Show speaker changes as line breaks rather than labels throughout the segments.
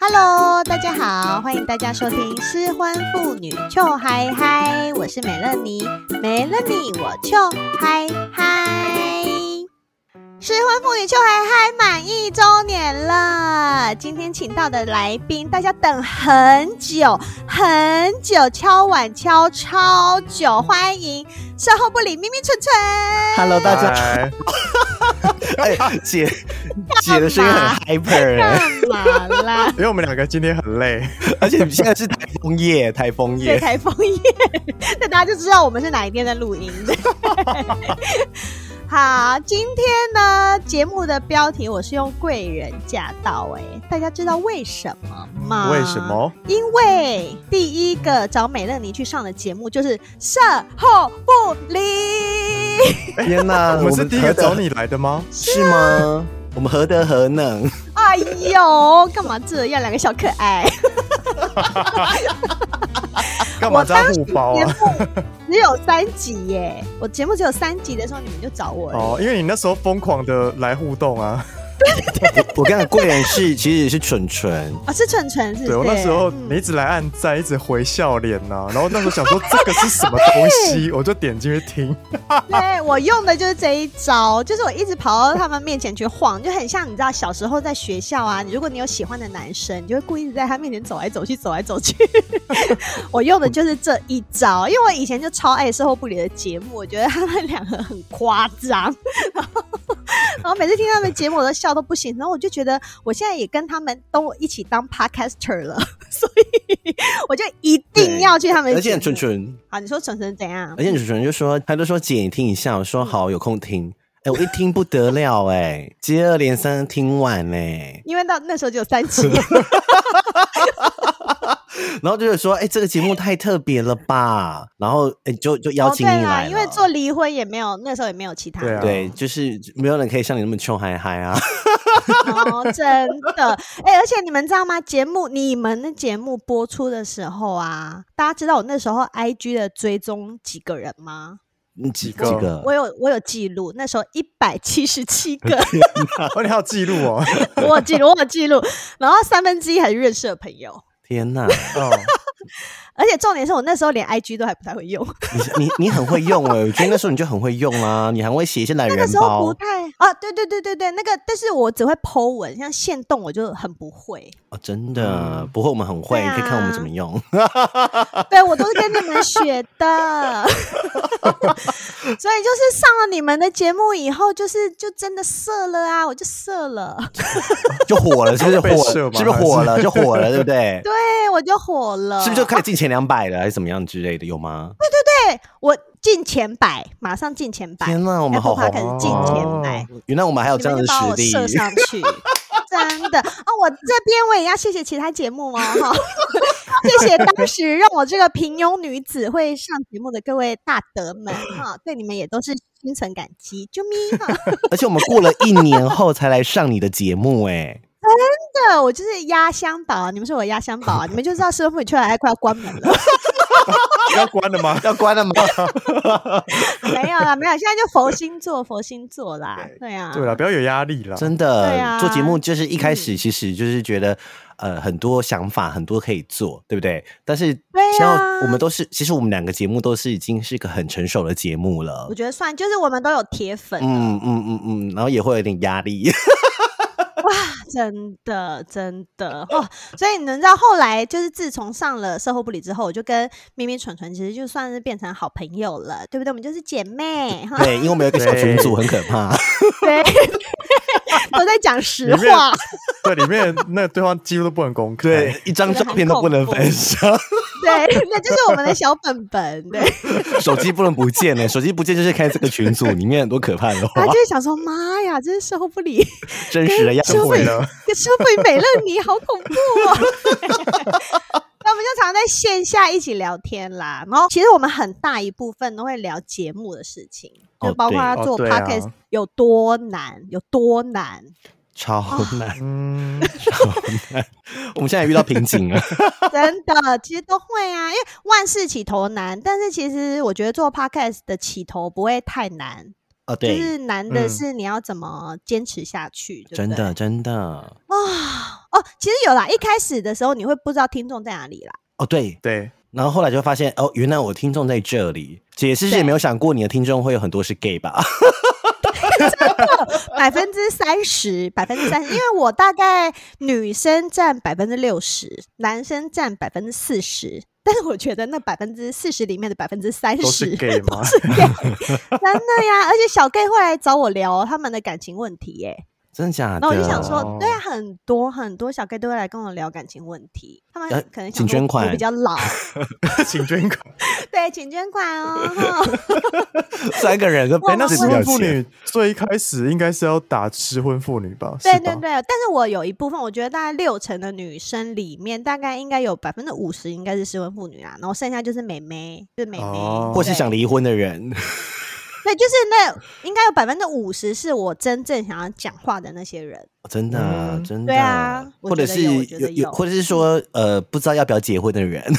Hello，大家好，欢迎大家收听《失婚妇女糗嗨嗨》，我是美乐妮，美乐妮我糗嗨嗨。失婚妇女糗嗨嗨满一周年了，今天请到的来宾，大家等很久很久，敲碗敲超久，欢迎售后不理咪咪蠢蠢。
Hello，大家，
嗨
哎、 姐姐的声音很 hyper，、哎，
干嘛啦？
因为我们两个今天很累，
而且现在是台风夜，台风
对
夜，
台风夜， 那大家就知道我们是哪一天在录音 的。好，今天呢节目的标题我是用“贵人驾到”哎，大家知道为什么吗？
为什？么？
因为第一个找美乐妮去上的节目就是“售后不理
天哪，
哎我们是第一个
何德
找你来的吗？
是吗？我们何德何能？”。
哎呦，干嘛这样？两个小可爱。我
干嘛这样
当时
互包
节
啊？
目只有三集耶，我节目只有三集的时候你们就找我了。
哦，因为你那时候疯狂的来互动啊，
我我跟你讲，贵人是其实是蠢 蠢，
啊，是纯纯是不是？
对我那时候
嗯
你一直来按赞，一直回笑脸呐，然后那时候想 说这个是什么东西，我就点进去听，
对我用的就是这一招，就是我一直跑到他们面前去晃，就很像你知道小时候在学校
嗯
啊，你如果你有喜欢的男生，你就会故意在他面前走来走去，走来 走去。我用的就是这一招，因为我以前就超爱售后不理的节目，我觉得他们两个很夸张， 然后然后每次听他们节目我都笑都不行，然后我就觉得我现在也跟他们都一起当 podcaster 了， 所以我就一定要去他们的
而
节目。
且蠢蠢，
好，你说蠢蠢怎样？
而且蠢蠢就说，他就说姐你听一下，我说好，有空听。哎、我一听不得了哎、接二连三地听完哎、
因为到那时候只有三集，
然后就是说，哎、这个节目太特别了吧，然后哎、就就邀请你
哦、对啦，
来了、
因为做离婚也没有，那时候也没有其他
对
人
啊
对，就是没有人可以像你那么穷嗨嗨啊！
哦，真的。哎、而且你们知道吗？节目你们的节目播出的时候啊，大家知道我那时候 IG 的追踪几个人吗？
嗯几
个
几个
我有我有记录，那时候一百七十 七个，
哦，你还有记录哦，
我有记录我有记录，然后三分之一还是认识的朋友。
天呐，
哦，
而且重点是我那时候连 IG 都还不太会用，
你你你很会用哎、我觉得那时候你就很会用啦、你还会写一些懒
那个
人
时候
包
不太啊，对对对对对，那个但是我只会 Po 文，像线动我就很不会。
哦，真
嗯
的不会，我们很会，
对啊
可以看我们怎么用。
对我都是跟你们学 的，所以就是上了你们的节目以后，就是就真的射了啊，我就射了，
就火了，是不是火
被
了？
射
是
吗
不是火了？就火了，对不对？
对啊我就火了，
是不是就可以进前两百了，还是怎么样之类的？有吗？
对我进前百，马上进前百，
天呐，我们好
开
红！
始进前百，
原来我们还有这样
你
的
们就把
实
我
力，
射上 去。真的啊、我这边我也要谢谢其他节目哦，哈， 谢谢当时让我这个平庸女子会上节目的各位大德们哈，对你们也都是心存感激，啾咪哈。
而且我们过了一年后才来上你的节目、哎，
对，我就是压箱宝啊！你们说我压箱宝啊，你们就知道师傅你出来快要关门了。
要关了吗？
要关了吗？
没有啦，没有，现在就佛星座，佛星座啦，对啊，
对了，不要有压力啦。
真的，
对啊嗯
做节目就是一开始其实就是觉得、呃很多想法，很多可以做，对不对？但是
对
像
啊
我们都是，其实我们两个节目都是已经是一个很成熟的节目了
我。觉得算，就是我们都有铁粉，
嗯嗯嗯嗯，然后也会有点压 力，
啊真的真的哦。所以你们知道，后来就是自从上了售后不理之后，我就跟咪咪蠢蠢其实就算是变成好朋友了，对不对？我们就是姐妹哈。
对，因为我们有一个小群组，很可怕。
对，都在讲实
里面
话。
对，里面那个对话几乎都不能公 开。
对，一张照片都不能分享，
对，那就是我们的小本本。对，
手机不能不见呢、手机不见就是开这个群组，里面很多可怕 的
然
话
后，就是想说，妈呀，真是社会不理，
真实的样子
社。会
毁了
跟社会美乐你好恐怖哦。 那我们就常在线下一起聊天啦，然后其实我们很大一部分都会聊节目的事情，
哦
就包括他
对哦
做
对啊
podcast 有多难，有多 难。
超难，
嗯，
哦
我们现在也遇到瓶颈 了。
真的，其实都会啊，因为万事起头难，但是其实我觉得做 podcast 的起头不会太难，
哦，
就
对，
是难的
嗯
是你要怎么坚持下去，对不
真
对
的真的，
啊、哦，其实有啦，一开始的时候你会不知道听众在哪里啦，
哦对，
对，
然后后来就发现哦，原来我听众在这里。解释是也没有想过你的听众会有很多是 gay 吧？
百分之三十，百分之三十，因为我大概女生占百分之六十，男生占百分之四十。但是我觉得那百分之四十里面的百分之三
都是
十
gay 吗
都是 gay，真的呀！而且小 gay 会来找我聊他们的感情问题耶，
真的假的？
那我就想
哦
说，对啊，很多很多小 gay 都会来跟我聊感情问题，他们
呃
可能想
请
说
捐
我
款
比较 老，
请捐款。
对，请捐款哦。哈
三个人跟
哇
哎，那
我
失
不
婚
要
妇
钱，
女最一开始应该是要打失婚妇女吧？
对
是
对
吧
对，但是我有一部分，我觉得大概六成的女生里面，大概应该有百分之五十应该是失婚妇女啊，然后剩下就是妹妹，就是妹妹，
哦
或是
对
想离婚的人，
对，就是那应该有百分之五十是我真正想要讲话的那些人，
真的、
嗯
真的，
对啊我
或者
觉得
是
有我觉得有
或者是说呃，不知道要不要结婚的人，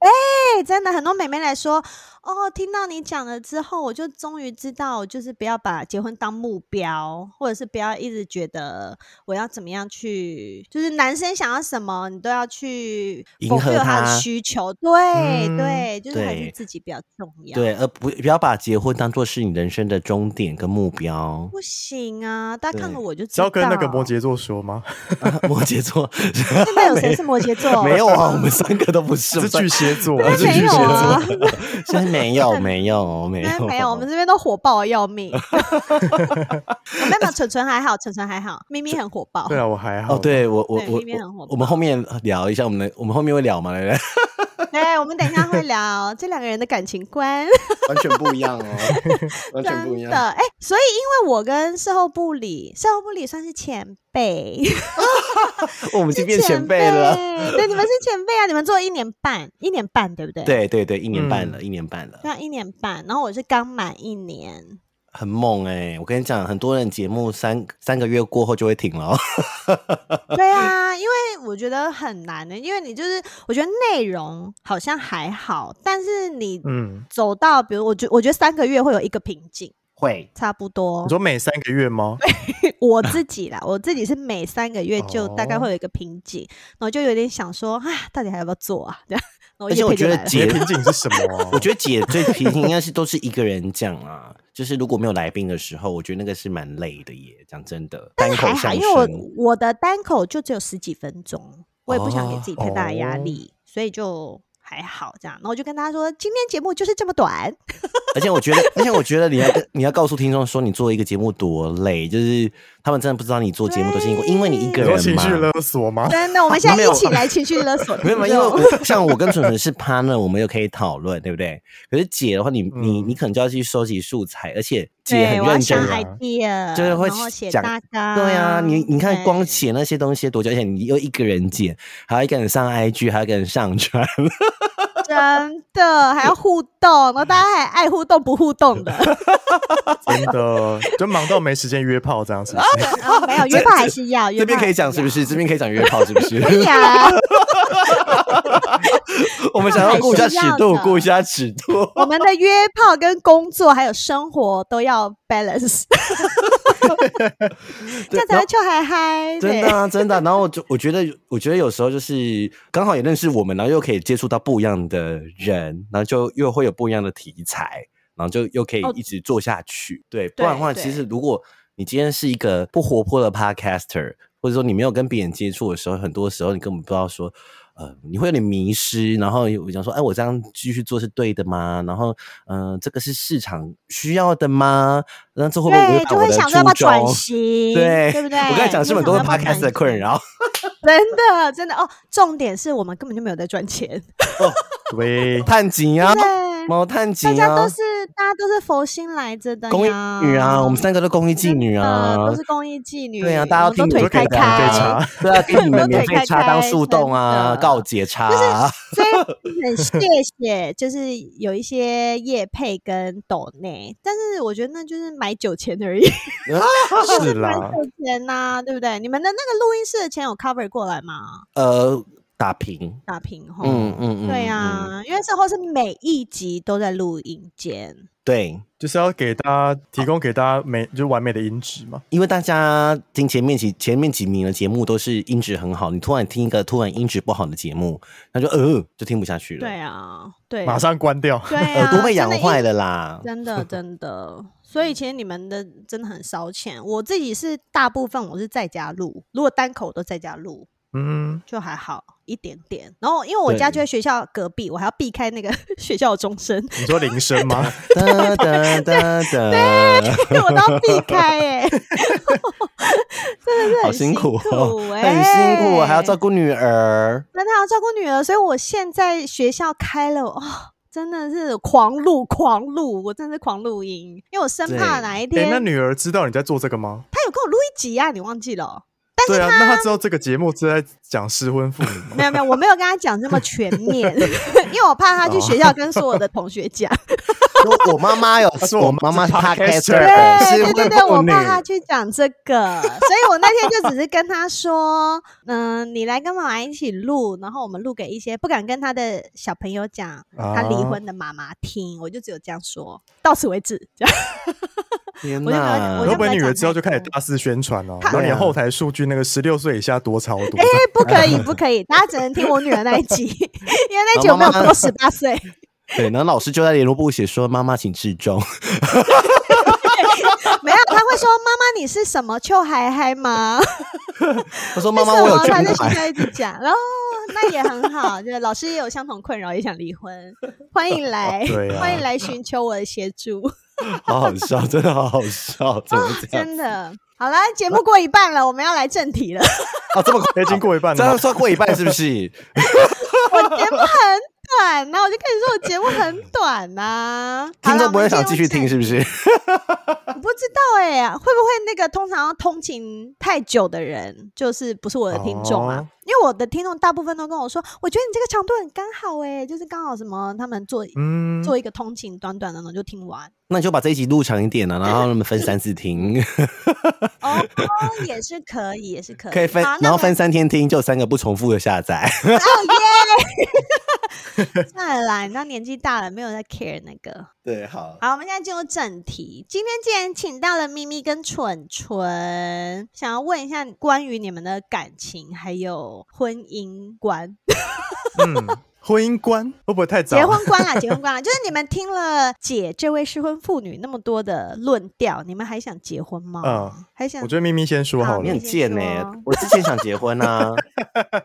对，真的很多妹妹来说，哦，听到你讲了之后，我就终于知道，就是不要把结婚当目标，或者是不要一直觉得我要怎么样去，就是男生想要什么，你都要去
迎
否
合
定他
他
的需求。对、
嗯
对，就是还是
对
自己比较重要。
对，而不不要把结婚当做是你人生的终点跟目标。
不行啊！大家看
对
了我就知
只要
道。
跟那个摩羯座说吗？
啊摩羯座
现在有谁是摩羯座？
没有啊， 我们三个都不是，
是巨蟹座，
我们
是
是
巨
没
蟹
有啊
座。，
真没有没有没
哎
有
没 有，我们这边都火爆的要命。 没有 没有，纯纯还好，纯纯还好，咪咪很火爆。
对啊，我还好。
哦，，对我我
对
我
里面很火
我我们后面聊一下，我们的我们后面会聊吗？来 来，
对，我们等一下会聊这两个人的感情观，
完全不一样 哦，完全不一样。
真的。哎、所以因为我跟售后部里，售后部里算是前辈，
我们 已经变
是
前辈了，
对，你们是前辈啊，你们做了一年半，一年半对不对？，
对对对，一年半
嗯
了，一年半了。
那一年半，然后我是刚满一年，
很猛哎、我跟你讲，很多人节目三三个月过后就会停了哦。
对啊，因为我觉得很难的，因为你就是我觉得内容好像还好，但是你
嗯，
走到比如我觉我觉得三个月会有一个瓶颈，
会，
差不多
你。说每三个月吗？
我自己啦，我自己是每三个月就大概
哦
会有一个瓶颈，然后就有点想说，啊，到底还要不要做啊？这样，然后
而且
业
我
配就
觉得
来了
节
你的瓶颈是什么 啊？
我觉得姐最平应该是都是一个人讲啊，就是如果没有来宾的时候，我觉得那个是蛮累的耶。讲真的，单口
还好，
相
因为我
声
我的单口就只有十几分钟，我也不想给
哦
自己太大的压
哦
力，所以就还好这样。然后我就跟大家说，今天节目就是这么短，
而且我觉得，而且我觉得你要跟你要告诉听众说，你做一个节目多累，就是他们真的不知道你做节目都是因为因为你一个
你
人
说
嘛。
情绪勒 索吗？
真的，我们现在
没
一
有
起来情绪勒索
没有嘛，
听
因为
众
我像我跟纯纯是 partner，我们又可以讨论，对不对？可是姐的话你，你你
嗯
可能就要去收集素材，而且姐
对，
很
我要
认真
想
啊
idea，
就是会
然后写
讲
大纲。
对啊，你你看
对
光写那些东西多久，而且你又一个人剪，还要一个人上 IG，还要一个人上传，
真的还要互动，然后大家还爱互动不互动的。
真的，就忙到没时间约炮这样 子。
啊，没有约炮还是要，
这
约
边
炮
可以
还
讲是不
要？
是？这边可以讲约炮是不是？
可以啊，
我们想要顾一下尺度，顾一下尺度。
我们的约炮跟工作还有生活都要 balance，这样才会就嗨嗨。
真
对
的、，啊，真的啊、然后我就我觉得，我觉得有时候就是刚好也认识我们，然后又可以接触到不一样的人，然后就又会有不一样的题材，然后就又可以
哦
一直做下去。对，不然的话，
对
其实如果你今天是一个不活泼的 podcaster，或者说你没有跟别人接触的时候，很多时候你根本不知道说。呃，你会有点迷失，然后我想说，哎，我这样继续做是对的吗？然后，嗯、这个是市场需要的吗？那这会不会违
对，
反
就
我
会
的
想说要不要
初
转
衷？
型，
对，
对不对？
我刚才讲是很
就
多
想说要不要
podcast 的
转
困扰，
真的，真的哦。重点是我们根本就没有在赚钱，
对，
探景啊，
对，
猫探景
大家
啊
都，是大家都是佛心来着的
公益
呀
女啊，我们三个都公益妓女啊
真的，都是公益妓女，
对啊，大家要
我们
听
都
你
腿
们
开
免费
开，
插，对啊，给你们免费插当树洞啊，
真的
告解插，
所以 很谢谢，就是有一些业配跟抖内，但是我觉得那就是买酒钱而已，
是
买
啦，
酒钱呐、对不对？你们的那个录音室的钱有 cover 过来吗？
呃，打平，
打平吼。
嗯嗯嗯，
哦对呀、
嗯，
因为之后是每一集都在录音间，
对，
就是要给大家提供给大家美就是完美的音质嘛。
因为大家听前面几前面几名的节目都是音质很好，你突然听一个突然音质不好的节目，那就呃就听不下去了，
对啊，对，
马上关掉，
对、啊，
耳朵被
真
养
的一
坏了啦，
真的真的，所以其实你们的真的很烧钱。我自己是大部分我是在家录，如果单口我都在家录
嗯，
就还好一点点。然后因为我家
对
就在学校隔壁，我还要避开那个 学校的钟声，
你说铃声 吗？哎
哒哒哒哒，
我都要避开 哎、真的是
好
很
辛苦哦，
哎、
很辛苦，还要照顾女儿，
那他要照顾女儿，所以我现在学校开了哦。真的是狂录狂录，我真的是狂录音，因为我生
对
怕哪一
哎
天、，
那女儿知道你在做这个吗？
他有跟我录一集啊，你忘记了哦、
对啊，那她知道这个节目是在讲失婚妇女吗？
没有没有，我没有跟他讲这么全面， 因为我怕他去学校跟所有的同学讲。
我我妈妈有
她，说我
我妈妈是
妈是
podcaster，
podcaster
是
对对对对，我
问
怕
你
他去讲这个，所以我那天就只是跟他说，嗯、你来跟妈妈一起录，然后我们录给一些不敢跟他的小朋友讲他离
啊
婚的妈妈听，我就只有这样说，到此为止，这样
天
我就没有
哪
我
会
就
不会
没有
女儿
讲
之后
太
就开始
多
大肆宣传哦？
她哎
然后你
对啊
后台数据那个十六岁以下多超多，
不可 以不可以，大家只能听我女儿那一集，因为那一集
好
我没有
妈妈
过十八岁。
对，然后老师就在联络部写说：“妈妈，请自 重。
没有，他会说：“妈妈，你是什么秋海海吗？”
他说：“妈妈，我有
为什么
捐
他在学
款。
校一直讲，然后那也很好，就是老师也有相同困扰，也想离婚，欢
哦
迎来，
对啊
欢迎来寻求我的协助，”
好好笑，真的好好笑，怎么这样？
真的。好了，节目过一半了，我们要来正题了。
啊，这么快
已哎经过一半
这样
了。
算过一半是不是？
我节目很短呐、我就跟你说我节目很短呐、好
听
啦
众不会想继续，
我
听
们进入
是不是？
正我不知道哎、会不会那个通常要通勤太久的人，就是不是我的听众啊？
哦
因为我的听众大部分都跟我说，我觉得你这个长度很刚好哎、就是刚好什么他们做
嗯，
做一个通勤短短的，然后就听完。
那你就把这一集录长一点啊，然后让他们分三次 听，
哦，也是可以，也是可以，
可以分
好，那
然后
我
分三天听，就有三个不重复的下载。
算了啦，你知道年纪大了，没有在 care 那个。
对，好，
好，我们现在进入正题。今天既然请到了咪咪跟蠢蠢，想要问一下关于你们的感情还有婚姻观、
嗯，婚姻观会不会太早？啊
结 婚观啦，结婚观啦，就是你们听了姐这位失婚妇女那么多的论调，你们还想结婚吗？
嗯
还想
我觉得咪咪先说好
好哦
了
你，很贱呢
你先说。
我之前想结婚啊，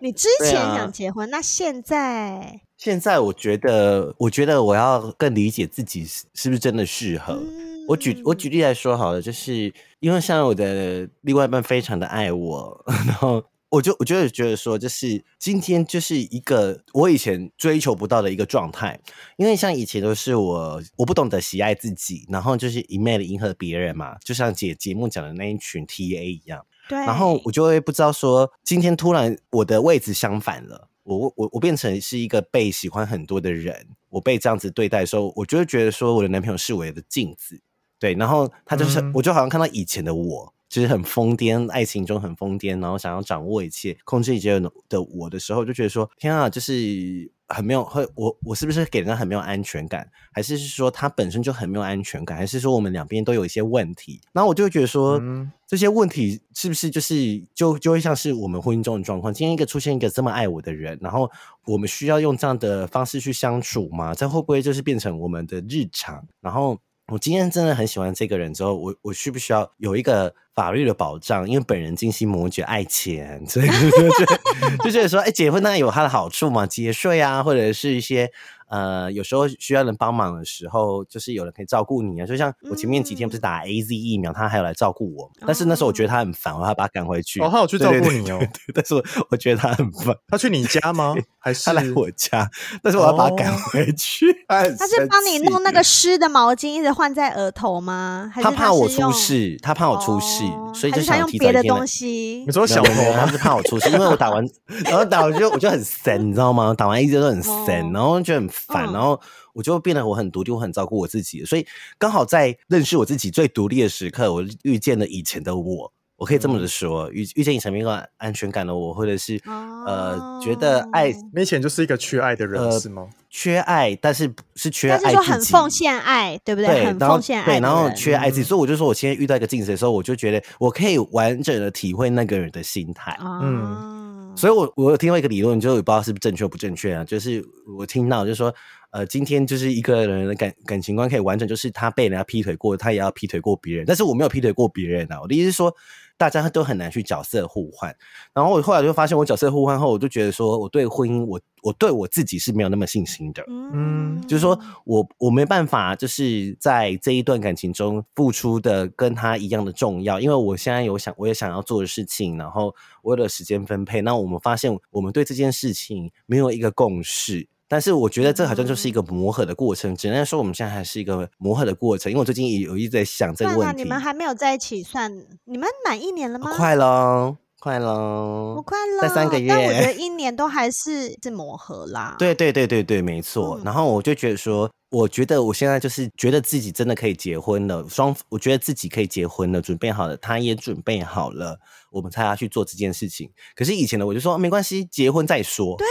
你之
对
前
啊
想结婚，那现在
现在我觉得，我觉得我要更理解自己是是不是真的适合。
嗯
呃我举我举例来说好了，就是因为像我的另外一半非常的爱我， 然后我就我就会觉得说，就是今天就是一个我以前追求不到的一个状态，因为像以前都是我我不懂得喜爱自己，然后就是一昧的迎合别人嘛，就像姐节目讲的那一群 TA 一样。
嗯对，
然后我就会不知道说，今天突然我的位置相反了，我我我变成是一个被喜欢很多的人，我被这样子对待的时候，我就会觉得说，我的男朋友是我的镜子，对，然后他就是，
嗯
我就好像看到以前的我。就是很疯癫，爱情中很疯癫，然后想要掌握一切、控制一切的我的时候，就觉得说：天啊，就是很没有会，我我是不是给人家很没有安全感？还是是说他本身就很没有安全感？还是说我们两边都有一些问题？然后我就会觉得说，
嗯
这些问题是不是就是就就会像是我们婚姻中的状况？今天一个出现一个这么爱我的人，然后我们需要用这样的方式去相处吗？这会不会就是变成我们的日常？然后我今天真的很喜欢这个人之后，我我需不需要有一个法律的保障？因为本人精心摩羯，爱钱，所以就觉得就觉得说，哎、结婚当然有它的好处嘛，节税啊，或者是一些呃，有时候需要人帮忙的时候，就是有人可以照顾你啊。就像我前面几天不是打 A Z 疫苗，他还有来照顾我，但是那时候我觉得他很烦，我还把他赶回去。
哦他有去
对对
照顾
对
你哦
对 对但是我我觉得他很烦，
他去你 家吗？还是
他来我家，但是我要把他赶
哦
回去。他很
他是
生
帮你
气
弄那个湿的毛巾，一直换在额头吗？还是
他怕我
是
出
用，
事，他怕我出事，
哦
所以
还
就是
他
想
用
提早
别
一
的
天来
东。西
你。说小
没有没
偷
有他
吗？
是怕我出事，因为我打完，然后打完就我就很神，你知道吗？打完一针都很神，
哦
然后就很烦，
嗯
然后我就变得我很独立，我很照顾我自己，所以刚好在认识我自己最独立的时刻，我遇见了以前的我。我可以这么
嗯
的说，遇遇见以前没有安全感的我，或者是、呃觉得爱
哦
你以前就是一个缺爱的人、
呃
是吗？
缺爱，但是是缺
但
爱
是说很
自己
奉献爱，对不对？很
然后
奉献爱的
对，
人，
然后缺爱自己，
嗯
所以我就说，我现在遇到一个镜子的时候，我就觉得我可以完整的体会那个人的心态。
嗯，
所以我，我有听到一个理论，就也不知道是不是正确不正确啊，就是我听到就是说，呃，今天就是一个人的感感情观可以完整，就是他被人家劈腿过，他也要劈腿过别人，但是我没有劈腿过别人啊。我的意思是说，大家都很难去角色互换。然后我后来就发现，我角色互换后，我就觉得说，我对婚姻，我我对我自己是没有那么信心的。
嗯，
就是说我我没办法，就是在这一段感情中付出的跟他一样的重要，因为我现在有想我也想要做的事情，然后我有了时间分配，那我们发现我们对这件事情没有一个共识。但是我觉得这好像
嗯
就是一个磨合的过程，只能说我们现在还是一个磨合的过程。因为我最近也有一直在想这个
算了，
问
你
题，
们还没有在一起，算你们满一年了吗？
快喽，快喽，
我快乐，
再三个
但我
月
觉得一年都还是是磨合啦。
对对对对对，没错。
嗯
然后我就觉得说，我觉得我现在就是觉得自己真的可以结婚了，双我觉得自己可以结婚了，准备好了，他也准备好了，我们才要去做这件事情。可是以前的我就说没关系，结婚再说。对。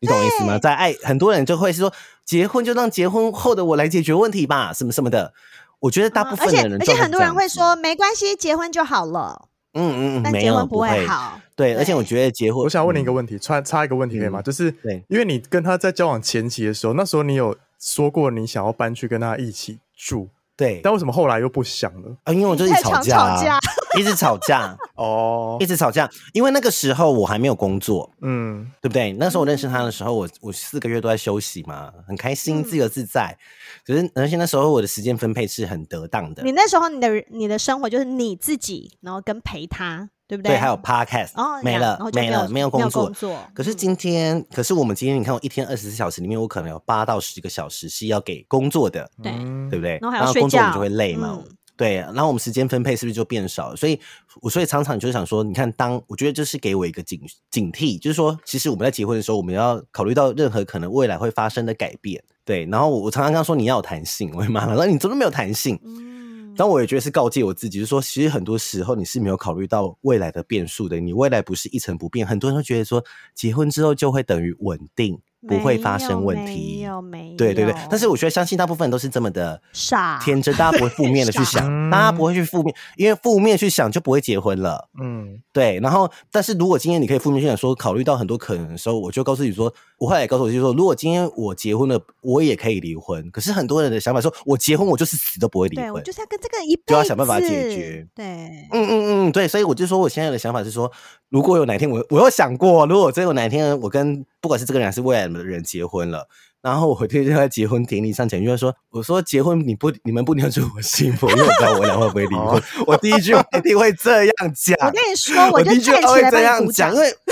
你懂我意思吗？
对
在爱，很多人就会说，结婚就让结婚后的我来解决问题吧，什么什么的。我觉得大
嗯
部
而
分
且
的人、
而且很多人会，说没关系，结婚就好了，
嗯嗯嗯，
但
没
结
有
婚会。好。
对，而且我觉得结婚，
我想问你一个
嗯
问题，插插一个问题可以吗？
嗯
就是
对
因为你跟他在交往前期的时候，那时候你有说过你想要搬去跟他一起住，
对，
但为什么后来又不想了？
啊，因为我就
你
是
太
吵
常
架
吵
啊，
架
一直吵架，
哦
一，直吵架，因为那个时候我还没有工作，
嗯，
对不对？那时候我认识
嗯
他的时候，我我四个月都在休息嘛，很开心，自由自在。可是而且那时候我的时间分配是很得当的
你，那时候你的你的生活就是你自己，然后跟陪他，对不
对，
对，
还有 podcast，、
哦
没
然
了
后，就
没了，
没
没
有
有工
作
作。
工作。
可是
嗯
今天，可是我们今天，你看我一天二十四小时里面，我可能有八到十个小时是要给工作的，
对
嗯
对不对？
然后还要睡
工作我们就
觉
会累嘛。
嗯
对，然后我们时间分配是不是就变少了？所以，我所以常常就是想说，你看当，我觉得这是给我一个警警惕，就是说，其实我们在结婚的时候，我们要考虑到任何可能未来会发生的改变。对，然后我我常常刚说你要有弹性，我妈妈说你怎么没有弹性？
嗯，
但我也觉得是告诫我自己，就是说，其实很多时候你是没有考虑到未来的变数的，你未来不是一成不变。很多人会觉得说，结婚之后就会等于稳定，不会发
没有
生问
嗯没
题。
有没
对对对
有，
但是我觉得相信大部分都是这么的
傻
天真，大家不会负 面的去
傻
想，大家不会去负面，因为负面去想就不会结婚了。
嗯，
对，然后但是如果今天你可以负面去想说，考虑到很多可能的时候，我就告诉你说，我后来也告诉我自己说，如果今天我结婚了，我也可以离婚。可是很多人的想法说，我结婚我就是死都不会离
对我
婚。
就是要跟这个人一辈子
就要想办法解决。
对，
嗯嗯嗯，对，所以我就说，我现在的想法是说，如果有哪天我我有想过，如果真有哪天我跟不管是这个人还是未来的人结婚了，然后我就在结婚典礼上前就会说，我说结婚你不你们不能祝我幸福，因为我知道我俩会不会离婚，我第一句话一定会这样讲，
我跟你说，
啊我
就
第一句
站
话
起
会
来
这
帮你
样
鼓
讲，
掌
因。为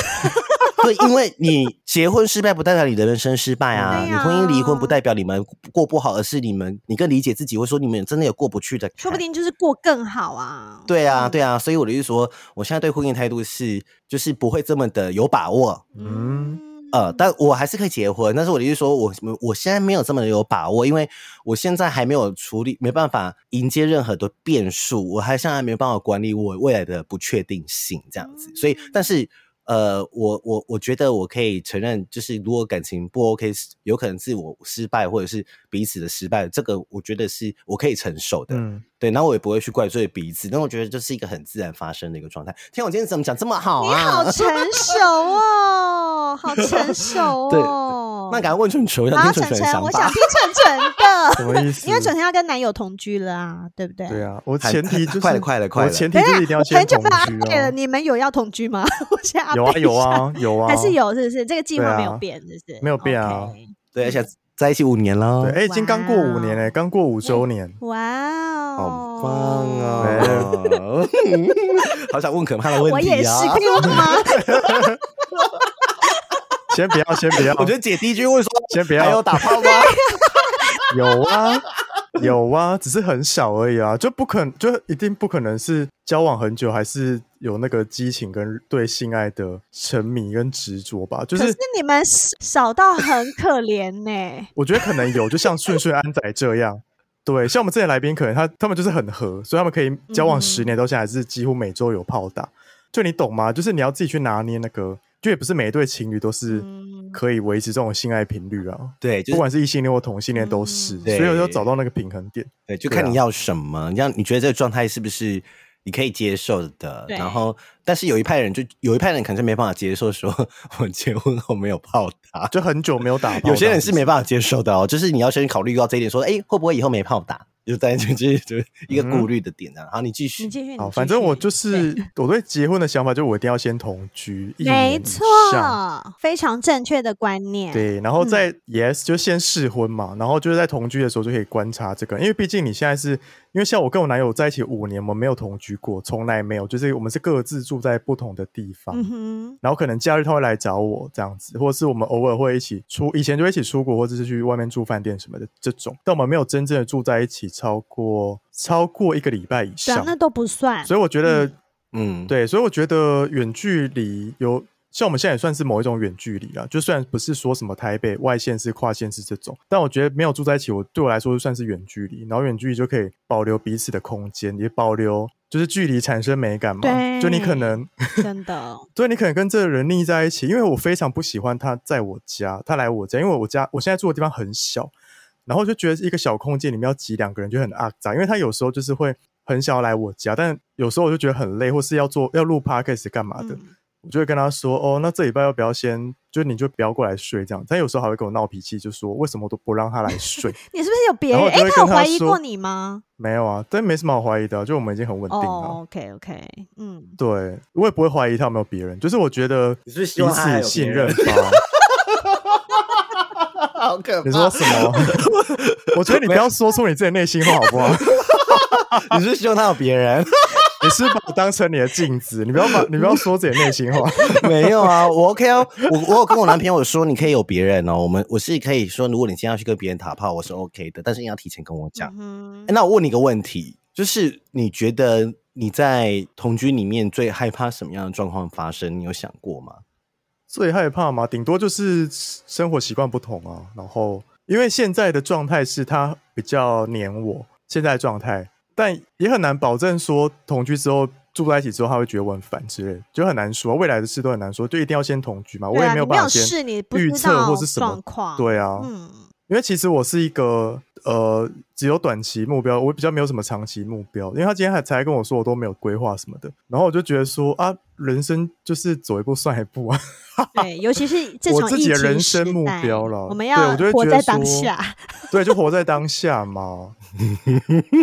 对，因为你结婚失败不代表你的人生失败啊，
对
你婚姻离婚不
呀
代表你们过不好，而是你们你更理解自己，或者说你们真的有过不去的坎，
说不定就是过更好啊。
对啊，
嗯
对啊，所以我的意思说，我现在对婚姻态度是，就是不会这么的有把握，
嗯
呃，但我还是可以结婚，但是我的意思说我我现在没有这么的有把握，因为我现在还没有处理，没办法迎接任何的变数，我还现在还没有办法管理我未来的不确定性这样子，所以，但是。呃，我我我觉得我可以承认，就是如果感情不 OK，是有可能是我失败，或者是彼此的失败，这个我觉得是我可以承受的。
嗯，
对，然后我也不会去怪罪彼此，但我觉得这是一个很自然发生的一个状态。天，我今天怎么讲这么好
你好
啊？
成熟哦，好成 熟
对
哦。
那赶快问蠢蠢，我
好，啊
想听蠢蠢
晨
的
晨，
想
我想
法。
听晨晨的，
什么意思？
因为准天要跟男友同居了啊，对不对？
对啊，我
还
前提就是
快了快了快了
我前提
等一下，
就是一定要
我
先
很久
同
没有
居
update 了，
啊。
你们有要同居吗？ 我现在
有
update
啊
一下
有，啊有啊，
还是有，是不是？这个计
对
划
啊
没有变，是不是？
没有变啊
OK。
对，而且在一起五年了
对，，哎，已经刚过五年
哇
嘞，刚过五周年。
哇
好
哦，
棒！
啊
哦！ 好想问可怕的问题啊！
我也是，可以问吗？
先不要，先不要，
我觉得姐第一句问说
先不
还有
要，
打炮吗？
有啊，有啊，只是很少而已啊，就不可就一定不可能是交往很久，还是有那个激情跟对性爱的沉迷跟执着吧。 就
可
是
是你们少到很可怜呢。
我觉得可能有，就像顺顺安仔这样。对，像我们这些来宾，可能他他们就是很合，所以他们可以交往
嗯
十年到现在，还是几乎每周有炮打。就你懂吗？就是你要自己去拿捏那个，就也不是每一对情侣都是
嗯
可以维持这种性爱频率啊。
对，就
不
是
管是异性恋或同性恋都是，
嗯
所以我要
对
找到那个平衡点。
对，就
啊
看你要什么，你要你觉得这个状态是不是你可以接受的？
对
然后，但是有一派人就有一派人可能就没办法接受说， 我结婚后没有炮打。
就很久没有打炮，
有些人是没办法接受的哦，就是你要先考虑到这一点，说，哎，会不会以后没炮打？就在这就是就是一个顾虑的点啊。好，你继续
你。继续，
好，
你继
反正我
续
就是 我对结婚的想法，就是我一定要先同居，一
没
年以
错
上，
非常正确的观念。
对，然后再 yes 就先试婚嘛，然后就是在同居的时候就可以观察这个，因为毕竟你现在是因为像我跟我男友在一起五年，我们没有同居过，从来没有，就是我们是各自住在不同的地方，
嗯哼，
然后可能假日他会来找我这样子，或者是我们偶尔会一起出，以前就一起出国，或者是去外面住饭店什么的这种，但我们没有真正的住在一起超过超过一个礼拜以
对啊
上，，
那都不算。
所以我觉得、
嗯，
对，所以我觉得远距离有。像我们现在也算是某一种远距离啦，就虽然不是说什么台北外县市、跨县市这种，但我觉得没有住在一起，我对我来说算是远距离。然后远距离就可以保留彼此的空间，也保留就是距离产生美感嘛。就你
对
可能
真的，
对你可能跟这个人腻在一起，因为我非常不喜欢他在我家，他来我家，因为我家我现在住的地方很小，然后就觉得一个小空间里面要挤两个人就很肮脏，因为他有时候就是会很想要来我家，但有时候我就觉得很累，或是要做要录 podcast 干嘛的，
嗯
我就会跟他说，哦，那这礼拜要不要先，就你就不要过来睡这样，他有时候还会跟我闹脾气，就说为什么都不让他来 睡，
你是不是有别
然
人？
后
哎
就会，
他有
跟他
怀疑
说
过你吗？
没有啊，但没什么好怀疑的啊、就我们已经很稳定了。
哦，OK OK，嗯，
对，我也不会怀疑他有没有别人，就是我觉得
你
彼
是不是希望他还有
此信
别
任
人
吧。
好可
你说什 么？我觉得你不要说出你自己内心话好不好？
你是不是希望他有别人？
你是把我当成你的镜子，你不要把你不要说自己内心话。
没有啊，我 OK 啊，我我有跟我男朋友说，你可以有别人哦，我们我是可以说，如果你今天要去跟别人打炮，我是 OK 的，但是你要提前跟我讲。
嗯
哎
诶那我问你一个问题，就是你觉得你在同居里面最害怕什么样的状况发生？你有想过吗？
最害怕嘛，顶多就是生活习惯不同啊。然后，因为现在的状态是他比较黏我，现在的状态，但也很难保证说同居之后住在一起之后他会觉得我很烦之类的，就很难说。未来的事都很难说，就一定要先同居嘛。我
对
也
啊，
没
你
有
没
办法
有
先
试，你不
预
知
测
道
或是什
状
么。
况。
对啊，
嗯，
因为其实我是一个呃只有短期目标，我比较没有什么长期目标。因为他今天还才跟我说，我都没有规划什么的，然后我就觉得说啊，人生就是走一步算一步啊。
对，尤其是这种
我自
疫
己的
情
人
时
生目
代
标了
我们
对
要
我就会
活
觉
在
得
当
说
下。
对，就活在当下嘛。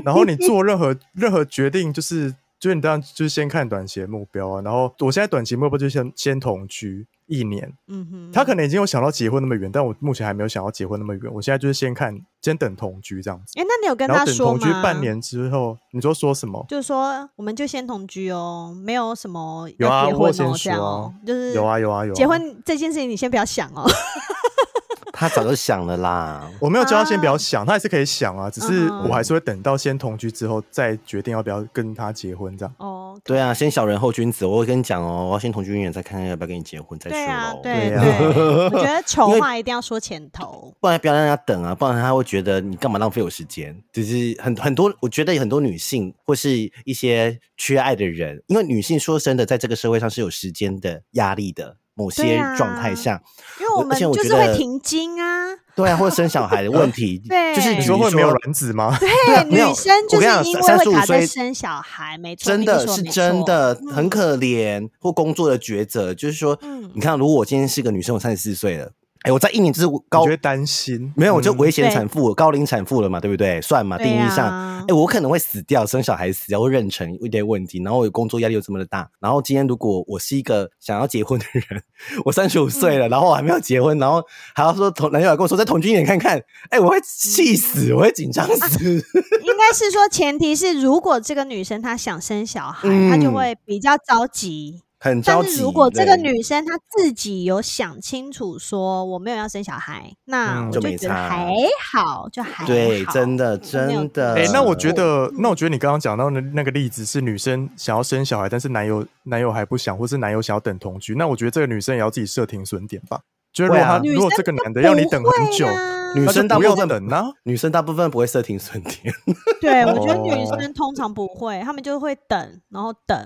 然后你做任何任何决定，就是就是你当然就是先看短期的目标啊。然后我现在短期目标就先先同居一年，
嗯哼，
他可能已经有想到结婚那么远，但我目前还没有想到结婚那么远。我现在就是先看先等同居这样子，
哎，那你有跟
然
他
后等
说
同
吗？
居半年之后，你就说什么？
就是说我们就先同居哦，没有什么
有啊
要结
我
婚
有
哦，这
先
样哦，就是
有啊有啊有啊
结婚这件事情你先不要想哦。
他早就想了啦。
我没有叫他先不
啊
要想，他还是可以想啊，只是
嗯哼
我还是会等到先同居之后再决定要不要跟他结婚这样。
哦，
对啊，先小人后君子，我会跟你讲哦，我要先同居一年，再看看要不要跟你结婚再说
对啊，
咯
对
对啊
对，我觉 得筹
因为
划一定要说前头。
不然不要让他等啊，不然他会觉得你干嘛浪费我时间。就是很很多，我觉得很多女性或是一些缺爱的人，因为女性说真的，在这个社会上是有时间的压力的，某
对
些
啊
状态下，
因为我
我
们
而且我
就
觉
是会
得
停经啊，
对啊，或者生小孩的问题，
对
就是
你
你
说
比如
会没有卵子吗？
对，
啊没有
哎女生就
我跟
是
你
因
讲
为
三
会
十五
卡在
岁
生小孩，没错，
真
你
的
说
是
没
真
错
的
嗯
很可怜，或工作的抉择，就是说
嗯，
你看，如果我今天是个女生，我三十四岁了，哎，我在一年就是
我
高
觉得担心
没有，我就
嗯
危险
对
产妇、高龄产妇了嘛，对不对？算嘛，定
对
义上，
啊
哎、我可能会死掉，生小孩死掉，会妊娠一堆问题，然后我有工作压力又这么的大，然后今天如果我是一个想要结婚的人，我三十五岁
嗯
了，然后我还没有结婚，然后还要说同男友来跟我说再同居一年看看，哎、我会
嗯
气死，我会紧张
啊
死，
应该是说，前提是如果这个女生她想生小孩，她就
嗯
会比较着急。
很着
但
急。
是如果这个
对
女生她自己有想清楚说我没有要生小孩，那
嗯
我
就
就
没
觉得
差
还好，就还好。
对，真的
我没有
真的，
哎、那我觉
得。
得，那我觉得你刚刚讲到的那个例子是女生想要生小孩，但是男友男友还不想，或是男友想要等同居。那我觉得这个女生也要自己设停损点吧。就是如
会
果
啊
他、
女
如果
生
这个
就
男的要你
不
等很
会啊
久，
啦
女
那就
生大
不
部
要
分
等啊。
女生大部分不会设停损点，
对，我觉得女
哦
生通常不会，她们就会等，然后等。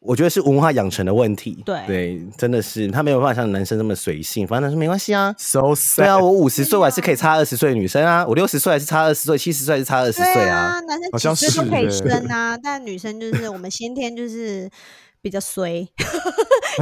我觉得是文化养成的问题。
对
真的是她没有办法像男生那么随性，反正男生没关系啊。
So
对
sad，、
啊，我五十岁我还是可以差二十岁的女生啊，我六十岁还是差二十岁，七十岁还是差二十岁
对
啊。，
男生
好
几
像
岁都
是
可以
欸
生啊，但女生就是我们先天就是比较衰，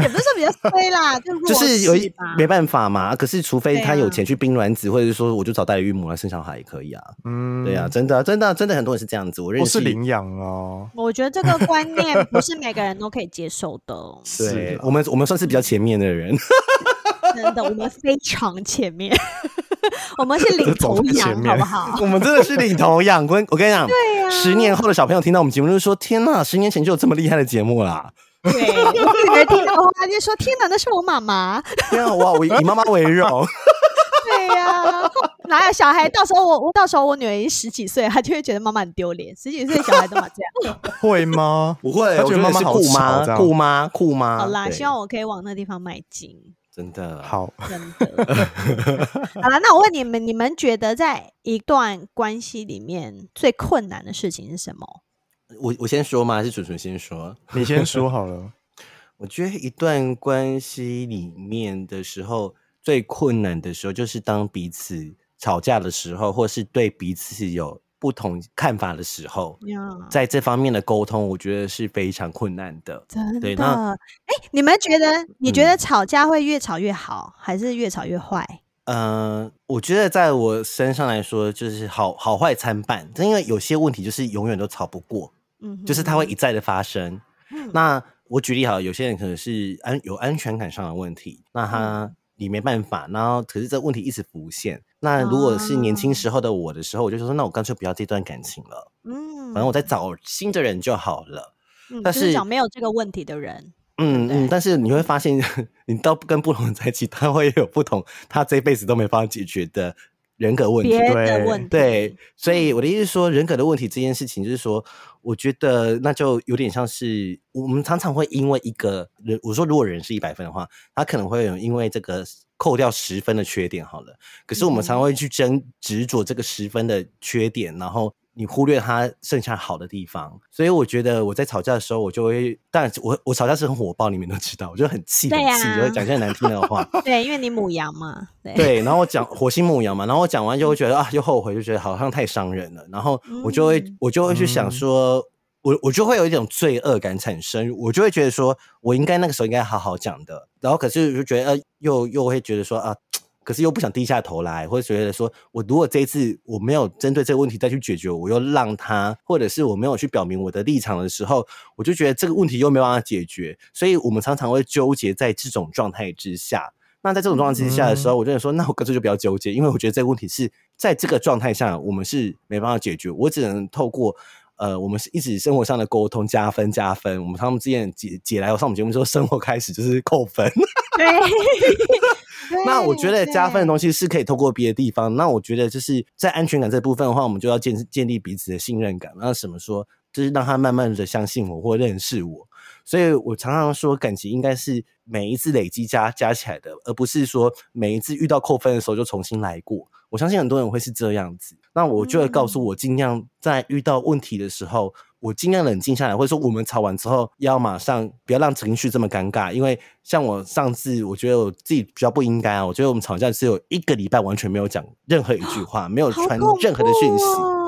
也不是说 比较衰啦，就
就
啊弱
是有一
势吧
没办法嘛，可是除非
对啊
她有钱去冰卵子，或者是说我就找代理孕母来生小孩也可以啊。
嗯
对啊，，真的啊真的啊真的很多人是这样子，我认
我
识
是领养啊，
我觉得这个观念不是每个人都可以接受的，哦
是
对
啊，
我们我们算是比较前面的人，
真的，我们非常前面， 我们是领
走
头
在前
羊，好不
面
好？
我们真的是领头羊。我跟我跟你讲，十年后的小朋友听到我们节目就说：“天呐，十年前就有这么厉害的节目啦
对，女儿听到的话就说：“天哪，那是我妈妈。！”
天啊，哇，我以以妈妈为 荣。”
对呀、哪有小孩？到时候我，我到时候我女儿已经十几岁，她就会觉得妈妈很丢脸。十几岁小孩都嘛 这样。
会吗？
不会
他
我觉
觉得
得
妈妈
是
好
酷
吵这
妈，
样
酷妈，酷妈。
好啦，
对
希望我可以往那地方迈进。
真的，
好，
真的。 好了，那我问你们，你们觉得在一段关系里面最困难的事情是什么？
我我先说吗？还是纯纯先说？
你先说好了。
我觉得一段关系里面的时候，最困难的时候就是当彼此吵架的时候，或是对彼此有不同看法的时候，
呀、
在这方面的沟通，我觉得是非常困难的。
真
对
的，
那
哎、你们觉得你觉
嗯
得吵架会越吵越好，还是越吵越坏？
呃，我觉得在我身上来说，就是好好坏参半，但因为有些问题就是永远都吵不过，
嗯哼，
就是它会一再的发生。
嗯
那我举例好了，有些人可能是安有安全感上的问题，那他
嗯
你没办法，然后可是这问题一直浮现。那如果是年
哦
轻时候的我的时候，我就说，那我干脆不要这段感情了，
嗯，
反正我再找新的人就好了。
嗯
但
就是
是
找没有这个问题的人，
嗯
对
嗯，但是你会发现， 你到跟不同人在一起，他会有不同，他这辈子都没办法解决的人格问题。
别的
对
问题，嗯
对，所以我的意思是说，人格的问题这件事情，就是说，我觉得那就有点像是我们常常会因为一个人，我说如果人是一百分的话，他可能会有因为这个扣掉十分的缺点好了，可是我们常
嗯
会去争执着这个十分的缺点，然后。你忽略他剩下好的地方，所以我觉得我在吵架的时候，我就会，当然我我吵架是很火爆，你们都知道，我就很气很
对
气，
啊
就会讲一些很难听的话。
对，因为你母羊嘛，对，
对，然后我讲火星牧羊嘛，然后我讲完就会觉得啊，又后悔，就觉得好像太伤人了，然后我就会、
嗯
我就会去想
嗯
说，我我就会有一种罪恶感产生，我就会觉得说我应该那个时候应该好好讲的，然后可是就觉得呃，又又会觉得说啊。可是又不想低下头来，或者觉得说，我如果这一次我没有针对这个问题再去解决，我又让他，或者是我没有去表明我的立场的时候，我就觉得这个问题又没办法解决，所以我们常常会纠结在这种状态之下。那在这种状态之下的时候，我就想说，那我干脆就不要纠结，因为我觉得这个问题是在这个状态下，我们是没办法解决，我只能透过。呃，我们是一直生活上的沟通加分加分。我们他们之前姐姐来上我们节目说，生活开始就是扣分。
对
那我觉得加分的
对
东西是可以透过别的地方。那我觉得就是在安全感这部分的话，我们就要建建立彼此的信任感。那什么说，就是让他慢慢的相信我或认识我。所以我常常说，感情应该是每一次累积加加起来的，而不是说每一次遇到扣分的时候就重新来过。我相信很多人会是这样子。那我就会告诉
嗯
我，尽量在遇到问题的时候，我尽量冷静下来，或者说我们吵完之后要马上不要让情绪这么尴尬。因为像我上次，我觉得我自己比较不应该啊，我觉得我们吵架只有一个礼拜完全没有讲任何一句话，没有
啊好
传
恐
任何的讯息。
怖哦哦。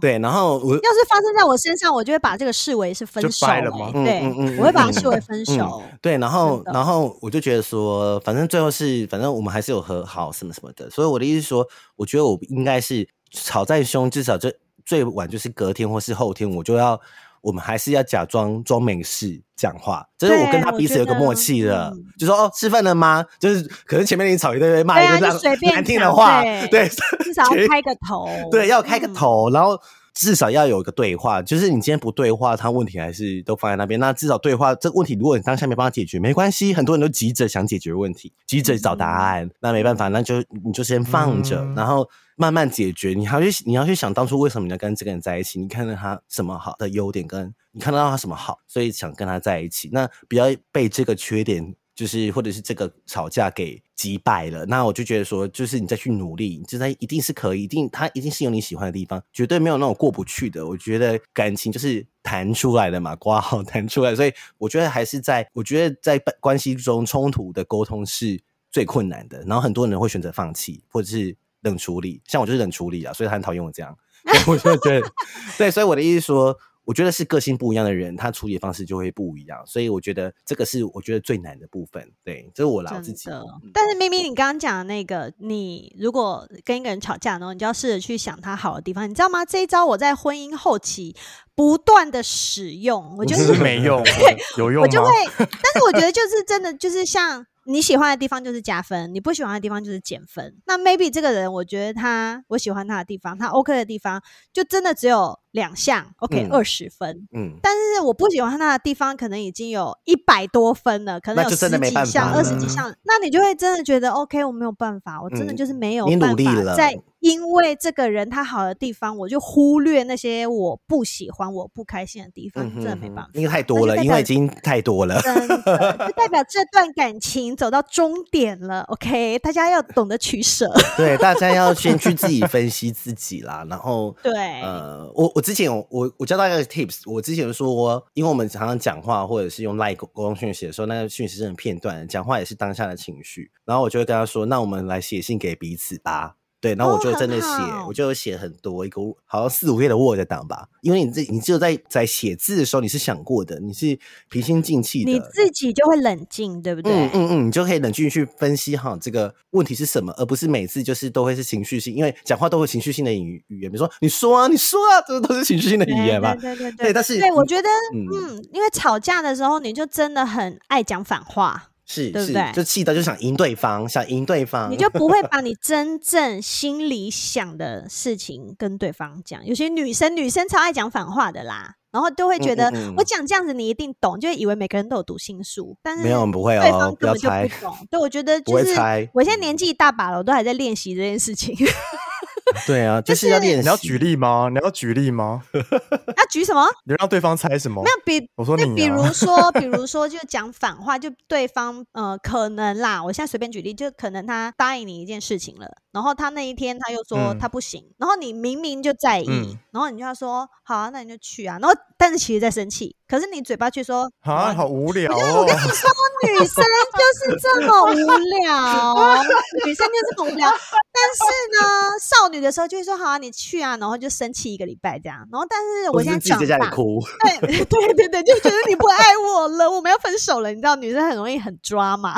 对，然后我
要是发生在我身上，我就会把这个视为是分
就
手、欸
掰了吗。
嗯
对，
嗯嗯嗯
我会把
嗯
它视为分手。
对，然后
真的
然后我就觉得说，反正最后是，反正我们还是有和好什么什么的。所以我的意思是说，我觉得我应该是吵再凶，至少就最晚就是隔天或是后天，我就要我们还是要假装装没事讲话，就是我跟
对
他
我
彼此
觉
有个
得
默契了，
嗯
就说哦吃饭了吗？就是可能前面你吵一堆骂一
对啊
堆这
就随
样
便
难听的
讲
话，
对
对，。
至少要开个头
对，要开个
嗯。
头，然后至少要有一个对话。就是你今天不对话，他问题还是都放在那边。那至少对话这个问题，如果你当下没办法解决，没关系，很多人都急着想解决问题，急着找答案，那没办法，那就你就先放着，
嗯
然后。慢慢解决，你还要去，你要去想当初为什么你要跟这个人在一起？你看到他什么好的优点，跟你看到他什么好，所以想跟他在一起。那不要被这个缺点，就是或者是这个吵架给击败了。那我就觉得说，就是你再去努力，就在一定是可以，一定他一定是有你喜欢的地方，绝对没有那种过不去的。我觉得感情就是弹出来的嘛，挂号弹出来，所以我觉得还是在，我觉得在关系中冲突的沟通是最困难的。然后很多人会选择放弃，或者是冷处理，像我就是冷处理啊，所以他很讨厌我这 样。对我就觉得，对，所以我的意思是说，我觉得是个性不一样的人，他处理方式就会不一样，所以我觉得这个是我觉得最难的部分。对，这是我啦，我自
真
己。
的
嗯，
但是明明你刚刚讲的那个，你如果跟一个人吵架，然后你就要试着去想他好的地方，你知道吗？这一招我在婚姻后期不断的使用，我就
只
是
是没 用，有用
我就
吗
会？，但是我觉得就是真的就是像你喜欢的地方就是加分，你不喜欢的地方就是减分。那 maybe 这个人，我觉得他我喜欢他的地方，他 OK 的地方，就真的只有两项 OK
嗯
二十分，
嗯，
但是我不喜欢他的地方可能已经有一百多分了，可能
那
有
就
十
真的没
几
办
项、
法
二十
了
几项，那你就会真的觉得 OK，我没有办法，我真的
嗯
就是没有
你努
办
力
法
了
再因为这个人他好的地方，我就忽略那些我不喜欢、我不开心的地方，
嗯
真的没
哼
办法。
因为太多
那就
了，
代
因为已
表
经太多了。
真的，就代表这段感情走到终点了。OK，大家要懂得取舍。
对，大家要先去自己分析自己啦，然后
对
呃，我我之前有我我教大家一个 tips，我之前说我，因为我们常常讲话或者是用 like 沟沟通讯息的时候，那个讯息是很片段的，讲话也是当下的情绪，然后我就会跟他说，那我们来写信给彼此吧。对，然后我
哦
就真的
很
写，
好
我就有写很多，一个好像四五页的 Word 档吧。因为你自你只有在在写字的时候，你是想过的，你是平心静气的，
你自己就会冷静，对不对？
嗯嗯嗯，你就可以冷静去分析哈，这个问题是什么，而不是每次就是都会是情绪性，因为讲话都会情绪性的语语言，比如说你说啊，你说啊，这都是情绪性的
对
语言嘛。
对对对
对但是
嗯对我觉得，
嗯
嗯，因为吵架的时候，你就真的很爱讲反话，
是
对不
是
对，
就气到就想赢对方，想赢对方，
你就不会把你真正心里想的事情跟对方讲。有些女生，女生超爱讲反话的啦，然后都会觉得
嗯嗯嗯
我讲这样子你一定懂，就会以为每个人都有读心术，但 是
没有不会
对
哦
方，
不
根
要
本就
猜，
不懂。对，我觉得
不
就
会
是
猜
我现在年纪一大把了，我都还在练习这件事情。
对啊，就是要练习。
你要举例吗？你要举例吗？
那举什么？
你让对方猜什么
没？有比。
我说
那
你、啊，
比如说，比 如说，就讲反话，就对方呃，可能啦，我现在随便举例，就可能他答应你一件事情了，然后他那一天他又说
嗯
他不行，然后你明明就在意，
嗯
然后你就要说好啊，那你就去啊，然后但是其实在生气，可是你嘴巴却说
啊，好无聊
我
哦
跟。你说，女生就是这么无聊，女生就是这么无聊。但是呢，少女的时候就会说好啊，你去啊，然后就生气一个礼拜这样。然后，但是我
或者
现
是
在
自己在
长
家里
大，
哭，
对 对对对，就觉得你不爱我了，我们要分手了。你知道，女生很容易很 抓嘛。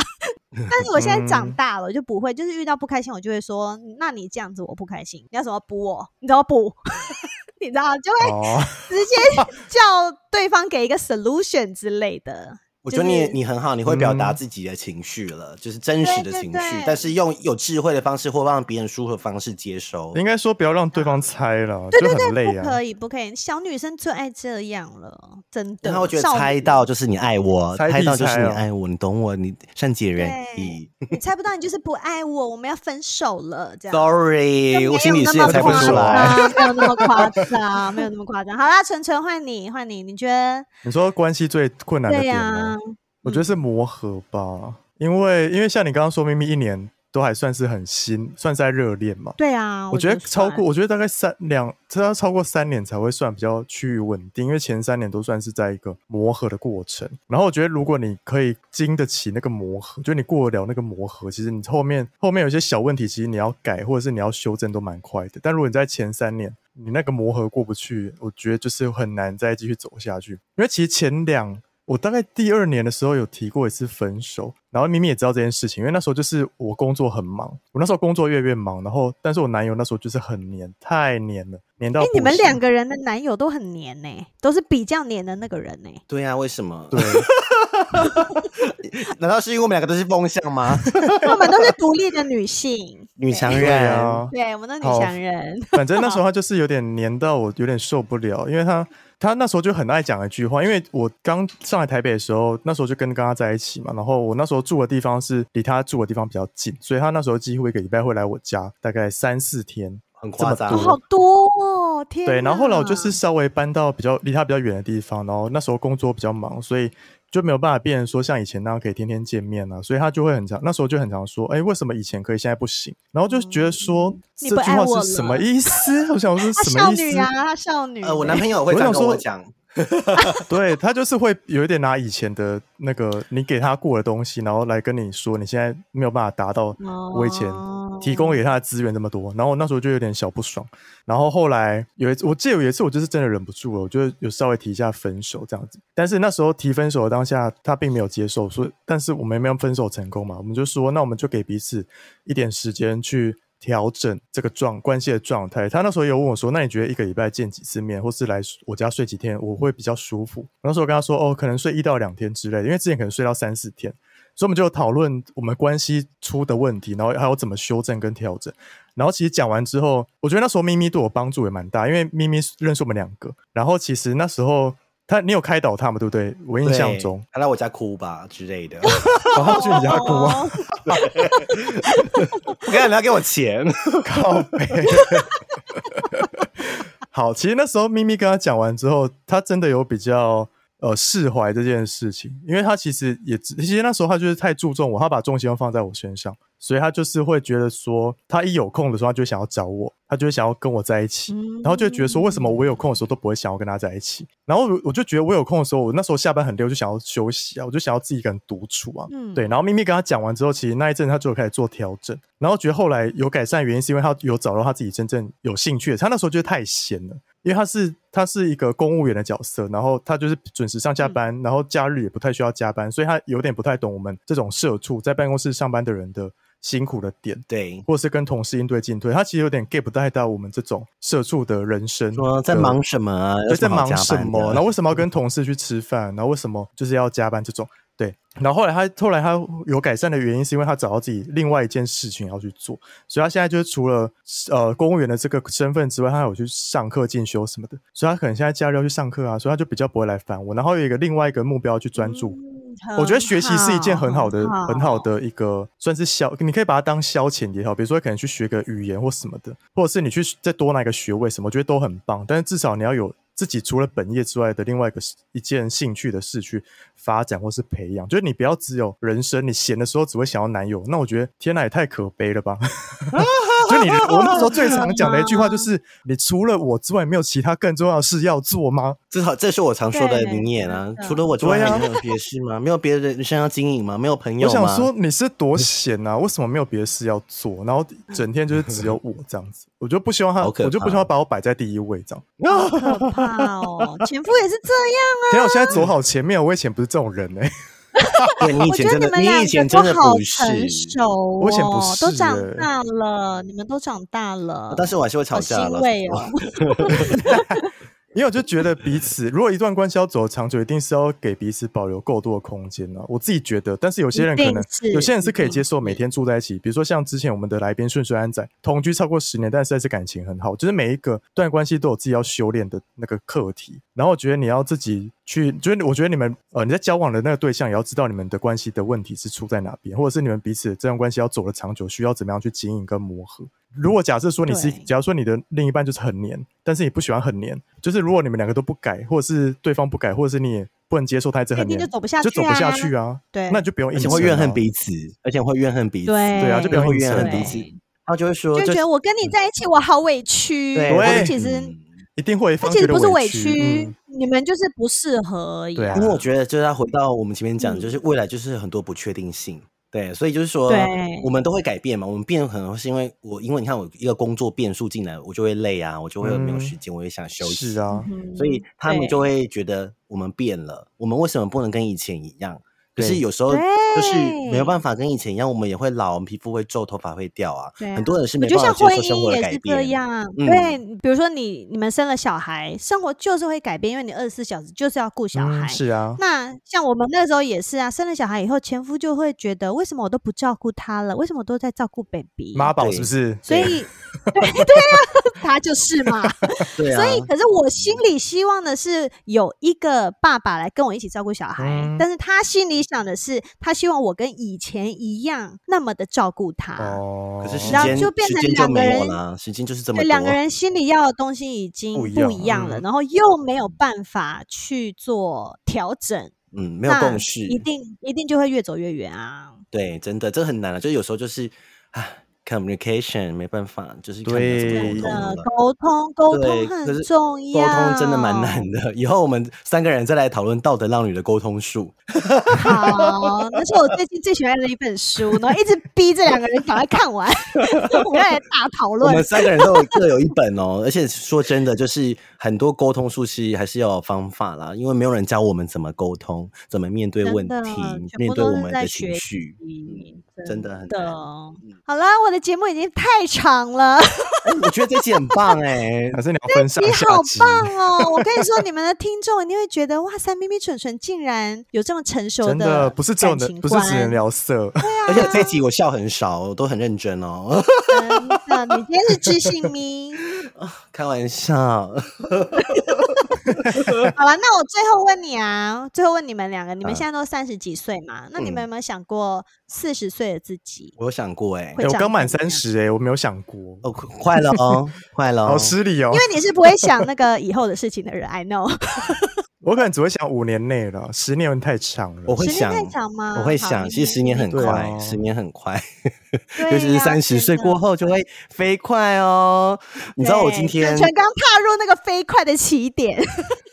但是我现在长
嗯
大了，我就不会，就是遇到不开心，我就会说，那你这样子我不开心，你要怎么补我？你怎么补？ 你知道，就 会
哦，
直接叫对方给一个 solution 之类的。
我
就
觉得你
是
你很好，你会表达
嗯
自己的情绪了，就是真实的
对对
情绪
对，
但是用有智慧的方式或让别人舒服的方式接收。
应该说不要让对方猜了，就很累
不
啊。
可以，不可以，小女生最爱这样了，真的。
但他会觉得
少女
猜到，就是你爱我，
猜
猜
地
到就是
猜
你
哦
爱我，你懂我，你善解人意。
你猜不到，你就是不爱我，我们要分手了，这样。就没
Sorry，
有
我心里
那
是
么
也猜不
夸
出来。
张，没有那么夸张，没有那么夸张。好啦，纯纯换你，换你，你觉得？
你说关系最困难的
对
点
呀、
吗？我觉得是磨合吧，因为因为像你刚刚说，明明一年都还算是很新，算是在热恋嘛。
对啊，
我觉得超
算
过，我觉得大概三两，这要超过三年才会算比较趋于稳定，因为前三年都算是在一个磨合的过程。然后我觉得，如果你可以经得起那个磨合，就你过得了那个磨合，其实你后面后面有些小问题，其实你要改或者是你要修正都蛮快的。但如果你在前三年，你那个磨合过不去，我觉得就是很难再继续走下去。因为其实前两，我大概第二年的时候有提过一次分手，然后明明也知道这件事情，因为那时候就是我工作很忙，我那时候工作越来越忙，然后但是我男友那时候就是很黏，太黏了，黏到
哎、你
不
们
行
两个人的男友都很黏呢、都是比较黏的那个人呢、
对呀、啊，为什么？
对
难道是因为我们两个都是风向 吗？
我们都是独立的女性，
女强
对
人，
啊，
对，我们都是女
好
强人。
反正那时候他就是有点黏到我，有点受不了，因为他他那时候就很爱讲一句话，因为我刚上来台北的时候，那时候就跟跟他在一起嘛，然后我那时候住的地方是离他住的地方比较近，所以他那时候几乎一个礼拜会来我家，大概三四天。
很夸张
这
哦，
么多
好多哦，天哪！
对，然后后来我就是稍微搬到比较离他比较远的地方，然后那时候工作比较忙，所以就没有办法变成说像以前那样可以天天见面啊，所以他就会很常那时候就很常说，哎，为什么以前可以，现在不行？然后就觉得说、
嗯你
这
不
句
爱
话
我
是什么
了
意思？ 我想说
她
什么
少
意
女
思？
啊，她少女。
呃，我男朋友会
我
这样
想
跟我
说
讲，
对他就是会有一点拿以前的那个你给他过的东西，然后来跟你说你现在没有办法达到
哦
我以前提供给他的资源这么多，然后我那时候就有点小不爽。然后后来有一次，我记得有一次我就是真的忍不住了，我就有稍微提一下分手这样子。但是那时候提分手的当下，他并没有接受，说但是我们也没有分手成功嘛，我们就说那我们就给彼此一点时间去调整这个状关系的状态。他那时候有问我说：“那你觉得一个礼拜见几次面，或是来我家睡几天，我会比较舒服？”我那时候跟他说：“哦，可能睡一到两天之类的，因为之前可能睡到三四天。”所以我们就讨论我们关系出的问题，然后还有怎么修正跟调整。然后其实讲完之后，我觉得那时候咪咪对我帮助也蛮大，因为咪咪认识我们两个。然后其实那时候他你有开导他嘛，对不对？我印象
对
中，
他来我家哭吧之类 的。
然后去你家哭啊，
哦
我跟你要给我钱，
靠背。好，其实那时候咪咪跟他讲完之后，他真的有比较呃释怀这件事情，因为他其实也只其实那时候他就是太注重我，他把重心都放在我身上，所以他就是会觉得说，他一有空的时候，他就会想要找我，他就会想要跟我在一起。
嗯
然后就会觉得说，为什么我有空的时候都不会想要跟他在一起？然后我我就觉得我有空的时候，我那时候下班很累，我就想要休息啊，我就想要自己一个人独处啊。
嗯
对，然后咪咪跟他讲完之后，其实那一阵他就有开始做调整，然后觉得后来有改善，原因是因为他有找到他自己真正有兴趣的。他那时候就是太闲了，因为他是他是一个公务员的角色，然后他就是准时上下班，然后假日也不太需要加班，所以他有点不太懂我们这种社畜在办公室上班的人的辛苦的点。
对，
或是跟同事应对进退，他其实有点 get 不太到我们这种社畜的人生，
说在忙什么啊？有
对，在
什么好
忙
加
什
班的
么？然后为什么要跟同事去吃饭？然后为什么就是要加班这种？对，然后后来他后来他有改善的原因，是因为他找到自己另外一件事情要去做，所以他现在就是除了呃公务员的这个身份之外，他还有去上课进修什么的，所以他可能现在假日要去上课啊，所以他就比较不会来烦我。然后有一个另外一个目标去专注，我觉得学习是一件很好的、很好。的一个，算是消，你可以把它当消遣也好，比如说可能去学个语言或什么的，或者是你去再多拿一个学位什么，我觉得都很棒。但是至少你要有自己除了本业之外的另外一个一件兴趣的事去发展或是培养，就是你不要只有人生，你闲的时候只会想要男友，那我觉得天哪，也太可悲了吧！ 就你的，我那时候最常讲的一句话就是，你除了我之外，没有其他更重要的事要做吗？
至少这是我常说的
对
名言啊
真。的
除了我之外，
对啊
还有别的事吗？没有别的人生要经营吗？没有朋友
我
吗？
想说你是多闲 啊，为什么没有别的事要做？然后整天就是只有我这样子，我就不希望他，
好可怕
我就不希望把我摆在第一位这样。
好可怕哦！前夫也是这样
天啊，我现在走好前面，我以前不是这种人哎、
对你
啊，
以
我觉
前
得
真
你
的，
们
你
两
以前
个
真
都
的
好
不
成
是。
熟
我以前不
哦，
是
都长
欸
大了，你们都长大了，
哦但是我还是会吵
好
架
欣
了。
慰哦。
因为我就觉得彼此，如果一段关系要走长久，一定是要给彼此保留够多的空间啊。我自己觉得，但 是有些人可
一定
能
是，嗯
有些人是可
一
以
定
接受每天住在一起。比如说像之前我们的来宾顺顺安仔，同居超过十年，但是还是感情很好。就是每一个段关系都有自己要修炼的那个课题。然后我觉得你要自己去，就是我觉得你们呃你在交往的那个对象也要知道你们的关系的问题是出在哪边，或者是你们彼此这段关系要走的长久，需要怎么样去经营跟磨合。如果假设说你是
对，
假如说你的另一半就是很黏，但是你不喜欢很黏，就是如果你们两个都不改，或者是对方不改，或者是你也不能接受他一直
那一
很
定
黏，
就走不下去，
就走不下去。啊。
对，
那你就不用一
而
起
且会怨
撑啊
恨彼此，而且会怨恨彼此，
对
对啊就不
然
要
后会
硬
怨恨
撑
彼此，他就会说，
就觉
这
得我跟你在一起，我好委屈。
对，
嗯对
但
我
其实
嗯
一定会一
他
方
其
觉
实
得
不是委
屈。嗯
屈，你们就是不适合而已
对啊
啊。
因为我觉得，就是要回到我们前面讲，
嗯
就是未来就是很多不确定性。对，所以就是说
对，
我们都会改变嘛。我们变可能是因为我，因为你看我一个工作变数进来，我就会累啊，我就会没有时间，我也想休息。
是啊，
嗯
所以他们
对
就会觉得我们变了，我们为什么不能跟以前一样？可是
对
有时候就是
对
没有办法跟以前一样，我们也会老，我们皮肤会皱，头发会掉啊。
对啊
很多人是
我
没
觉
办
得
法
像
接
婚
受生活
姻
的
也
改
是这
变。
样，
嗯
对，比如说你你们生了小孩，生活就是会改变，因为你二十四小时就是要顾小孩。
嗯，是啊，
那像我们那时候也是啊，生了小孩以后，前夫就会觉得为什么我都不照顾他了，为什么我都在照顾 baby？
妈宝
对
是不是？
所以 对对啊，他就是嘛。
对啊，
所以，可是我心里希望的是有一个爸爸来跟我一起照顾小孩，
嗯
但是他心里想的是，他希望我跟以前一样那么的照顾他。
哦，
啊可是时
然后
间
就变
时
成
间就
两个
没有
人
啦，时间就是这么
对，
多。
两个人心里要的东西已经
不
不
一样
一样了，
嗯
然后又没有办法去做调整，
嗯，没
没
有共识，
一定一定就会越走越远啊。
对，真的，这很难了。就有时候就是啊，communication 没办法，就是看你要怎么
对
沟通
呃
了。，
沟通沟
嗯对
通
可是
很重
沟
要，
通真的
啊
蛮难的，以后我们三个人再来讨论道德浪女的沟通术。
好，那是我最近最喜欢的一本书，然后一直逼这两个人赶快看完，我们要来大讨
我
论
们。三个人都有各有一本哦， 而且说真的，就是很多沟通术是还是要有方法啦，因为没有人教我们怎么沟通，怎么面对
真
问
的
题
全，
面
部
对
都
我
是
们
在
的情
学
绪。
嗯
真的嗯很难
好啦，我的节目已经太长了，
哎我觉得这期很棒 哎、
啊
还是你要分上
你
下
好
集，
棒哦！我跟你 说，你们的听众一定会觉得，哇塞，咪咪蠢蠢竟然有这么成熟
真的不是只有
感
能，
情
不是只能
观，
聊色，
而且这集我笑很少，我都很认真哦，
真的，你今天是知性咪。
开玩笑。
好了，那我最后问你啊，最后问你们两个，你们现在都三十几岁嘛？那你们
嗯
有没有想过四十岁的自己？
我有想过哎、
会
哎我
长
刚满
怎么样
三十哎，我没有想过，
哦，快快了 哦，快了、哦，
好失礼哦
因，为你是不会想那个以后的事情的人，I know。
我可能只会想五年内了，十年太长了，
我会
时间
想，
太长吗？
我会
好
想，
你
其实十年很
对
快，
啊
十年很快，
对啊
尤其是
呀
三十岁过，后就会飞快哦。你知道我今
对
天
蠢蠢刚踏入那个飞快的起点，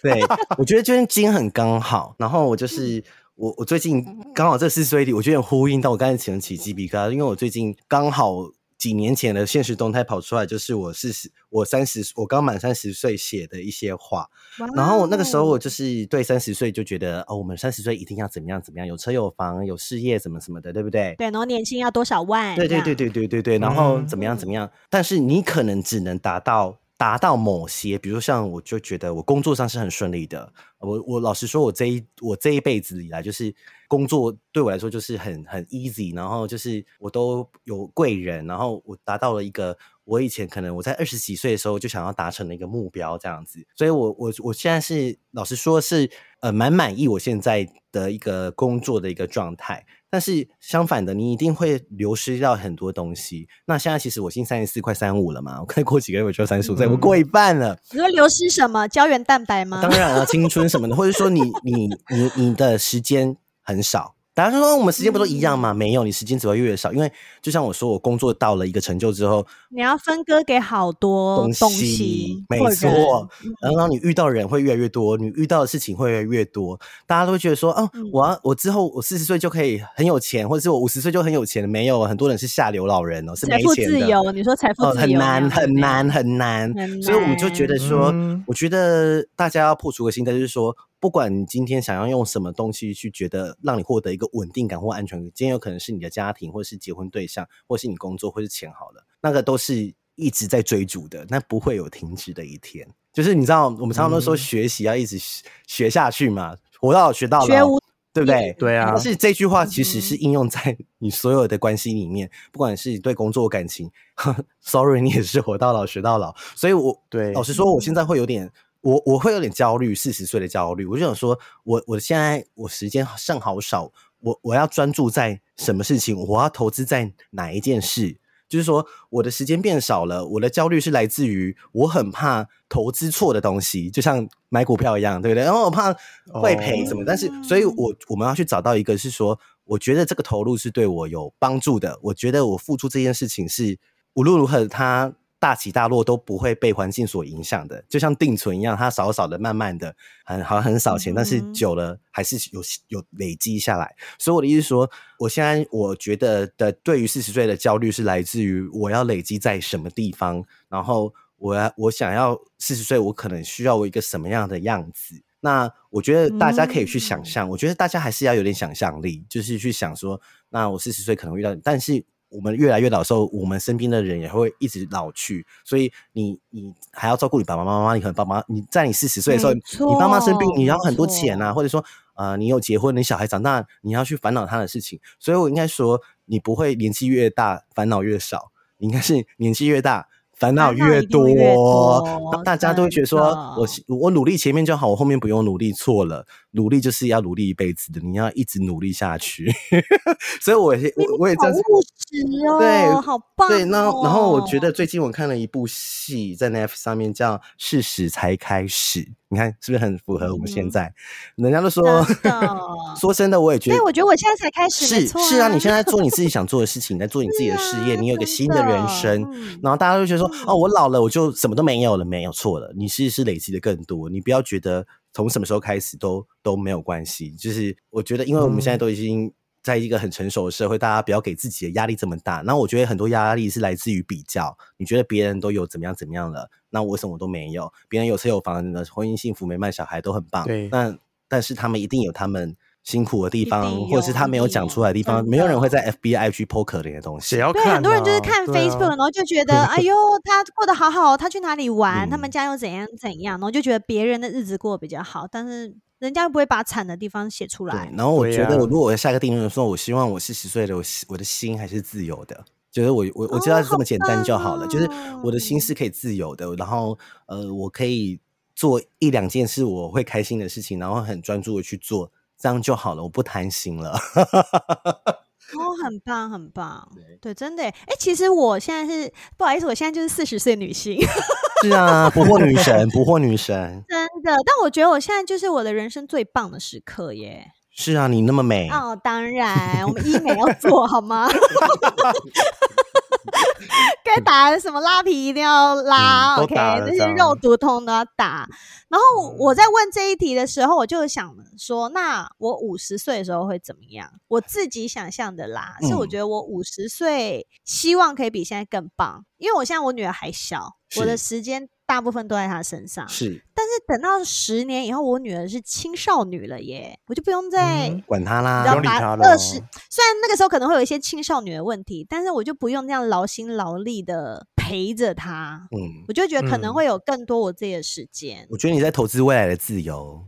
对，我觉得今天今天很刚好，然后我就是。我我最近刚好这四岁里，我觉得有呼应到我刚才前起鸡皮疙瘩，因为我最近刚好几年前的现实动态跑出来，就是我四十，我三十，我刚满三十岁写的一些话， 然后那个时候我
哇哦
就是对三十岁就觉得哦，我们三十岁一定要怎么样怎么样，有车有房有事业什么什么的，对不对
哦？对，然后年薪要多少万？
对对
这
对对
样，
对对对，然后
嗯
怎么样怎么样？但是你可能只能达到达到某些，比如像我就觉得我工作上是很顺利的，我我老实说，我这一我这一辈子以来，就是工作对我来说就是很很 easy，然后就是我都有贵人，然后我达到了一个我以前可能我在二十几岁的时候就想要达成的一个目标这样子，所以我我我现在是老实说是呃蛮满意我现在的一个工作的一个状态。但是相反的，你一定会流失掉很多东西。那现在其实我已经三十四，快三五了嘛，我看过几个月我就三十五岁，我
嗯
过一半了。
你说流失什么？胶原蛋白吗？
当然啊，青春什么的，或者说你你你你的时间很少。大家就说我们时间不都一样吗？
嗯
没有，你时间只会越来越少，因为就像我说，我工作到了一个成就之后，
你要分割给好多
东
东
西
西
没
或人
错，
嗯
然后你遇到人会越来越多，你遇到的事情会越来越多，大家都会觉得说，哦
嗯，
我要我之后我四十岁就可以很有钱，或者是我五十岁就很有钱了。没有，很多人是下流老人哦，是
财
没
富
钱
自
的。
由，你说财富
哦，
自
很
由
难，很难，
那样子
很难。
很
所以我们就觉得说，
嗯
我觉得大家要破除个心态，就是说，不管你今天想要用什么东西去觉得让你获得一个稳定感或安全感，今天有可能是你的家庭，或是结婚对象，或是你工作，或是钱好了，那个都是一直在追逐的，那不会有停止的一天。就是你知道，我们常常都说
嗯
学习要一直学学下去嘛，活到老学到老，
学无
对不对？
对啊
但是这句话其实是应用在你所有的关系里面，不管是你对工作、感情 ，sorry，你也是活到老学到老。所以我，
对
老实说，我现在会有点，我我会有点焦虑，四十岁的焦虑。我就想说，我我现在我时间剩好少，我我要专注在什么事情？我要投资在哪一件事？就是说，我的时间变少了，我的焦虑是来自于我很怕投资错的东西，就像买股票一样，对不对？然后我怕会赔什么，
哦
但是所以我我们要去找到一个是说，我觉得这个投入是对我有帮助的，我觉得我付出这件事情是无论如何它大起大落都不会被环境所影响的，就像定存一样，它少少的、慢慢的，很好像很少钱，但是
嗯
久了还是有有累积下来。所以我的意思是说，我现在我觉得的对于四十岁的焦虑是来自于我要累积在什么地方，然后我要我想要四十岁，我可能需要我一个什么样的样子。那我觉得大家可以去想象，我觉得大家还是要有点想象力，就是去想说，那我四十岁可能遇到你，但是我们越来越老的时候，我们身边的人也会一直老去，所以你你还要照顾你爸爸妈妈，你可能爸妈你在你四十岁的时候，
没
你
错
爸妈生病，你要很多
没错
钱啊，或者说呃你有结婚，你小孩长大，你要去烦恼他的事情，所以我应该说，你不会年纪越大烦恼越少，你应该是年纪越大烦恼
烦恼
越
一定会越多
大大家都会觉得说
哦真的
我我努力前面就好，我后面不用努力。错了，努力就是要努力一辈子的，你要一直努力下去。 所以我也我我也这
好
样子。
务实哦，
对
好棒、哦。
对，那然后我
哦
觉得最近我看了一部戏，在 Netflix 上面叫《事实才开始》，你看是不是很符合我们现在？人家都说
嗯真的，
说真的，我也觉得
对，我觉得我现在才开始，没
是
错啊
是啊，你现
在
在做你自己想做的事情，你在做你自己的 事业，你有一个新的人生，
嗯
然后大家都觉得说，哦，我老了，我就什么都没有了，没有错了。你其实是累积的更多，你不要觉得从什么时候开始都都没有关系。就是我觉得，因为我们
嗯
现在都已经在一个很成熟的社会，大家不要给自己的压力这么大。那我觉得很多压力是来自于比较，你觉得别人都有怎么样怎么样了，那我为什么都没有？别人有车有房的，婚姻幸福美满，小孩都很棒，
对
那但是他们一定有他们。辛苦的地
一
方
定，
或者是
有
他
一
没有
定
讲
有
出来的地
真
方，没有人会
的
在 FBI 去 p o 可怜的东西
谁。要
对，
看、啊？
很多人就是看
对啊
Facebook，、然后就觉得，哎呦，他过得好好，他去哪里玩，他
嗯
们家又怎样怎样，然后就觉得别人的日子过得比较好，但是人家又不会把惨的地方写出来
对，。然后我
对
觉得，
呀
我如果我要下个定论的时候，我希望我四十岁的我心，我的心还是自由的。就是我我我知道
哦
是这么简单就好了，
好
就是我的心
哦棒
是可以自由的，然后呃，我可以做一两件事我会开心的事情，然后很专注的去做，这样就好了，我不贪心了。
哦，很棒，很棒，对，真的耶。哎，其实我现在是不好意思，我现在就是四十岁女性，
是啊，不惑女神，不惑女神。
真的。但我觉得我现在就是我的人生最棒的时刻耶。
是啊，你那么美，
哦，当然，我们医美要做好吗？ 该打的什么拉皮一定要拉、
嗯都
o k
打了嗯
这些
当然
肉毒通都要打。然后我在问这一题的时候，我就想说，那我五十岁的时候会怎么样？我自己想象的啦，是我
嗯
觉得我五十岁希望可以比现在更棒，因为我现在我女儿还小，我的
是
时间大部分都在她身上。
是
但是等到十年以后，我女儿是青少女了耶，我就不用再、
嗯
管他
你知
啦
道
不用理
把
他了
二十，虽然那个时候可能会有一些青少年的问题，但是我就不用那样劳心劳力的陪着他，
嗯，
我就觉得可能
嗯
会有更多我自己的时 间。
我觉得你在投资未来的自由。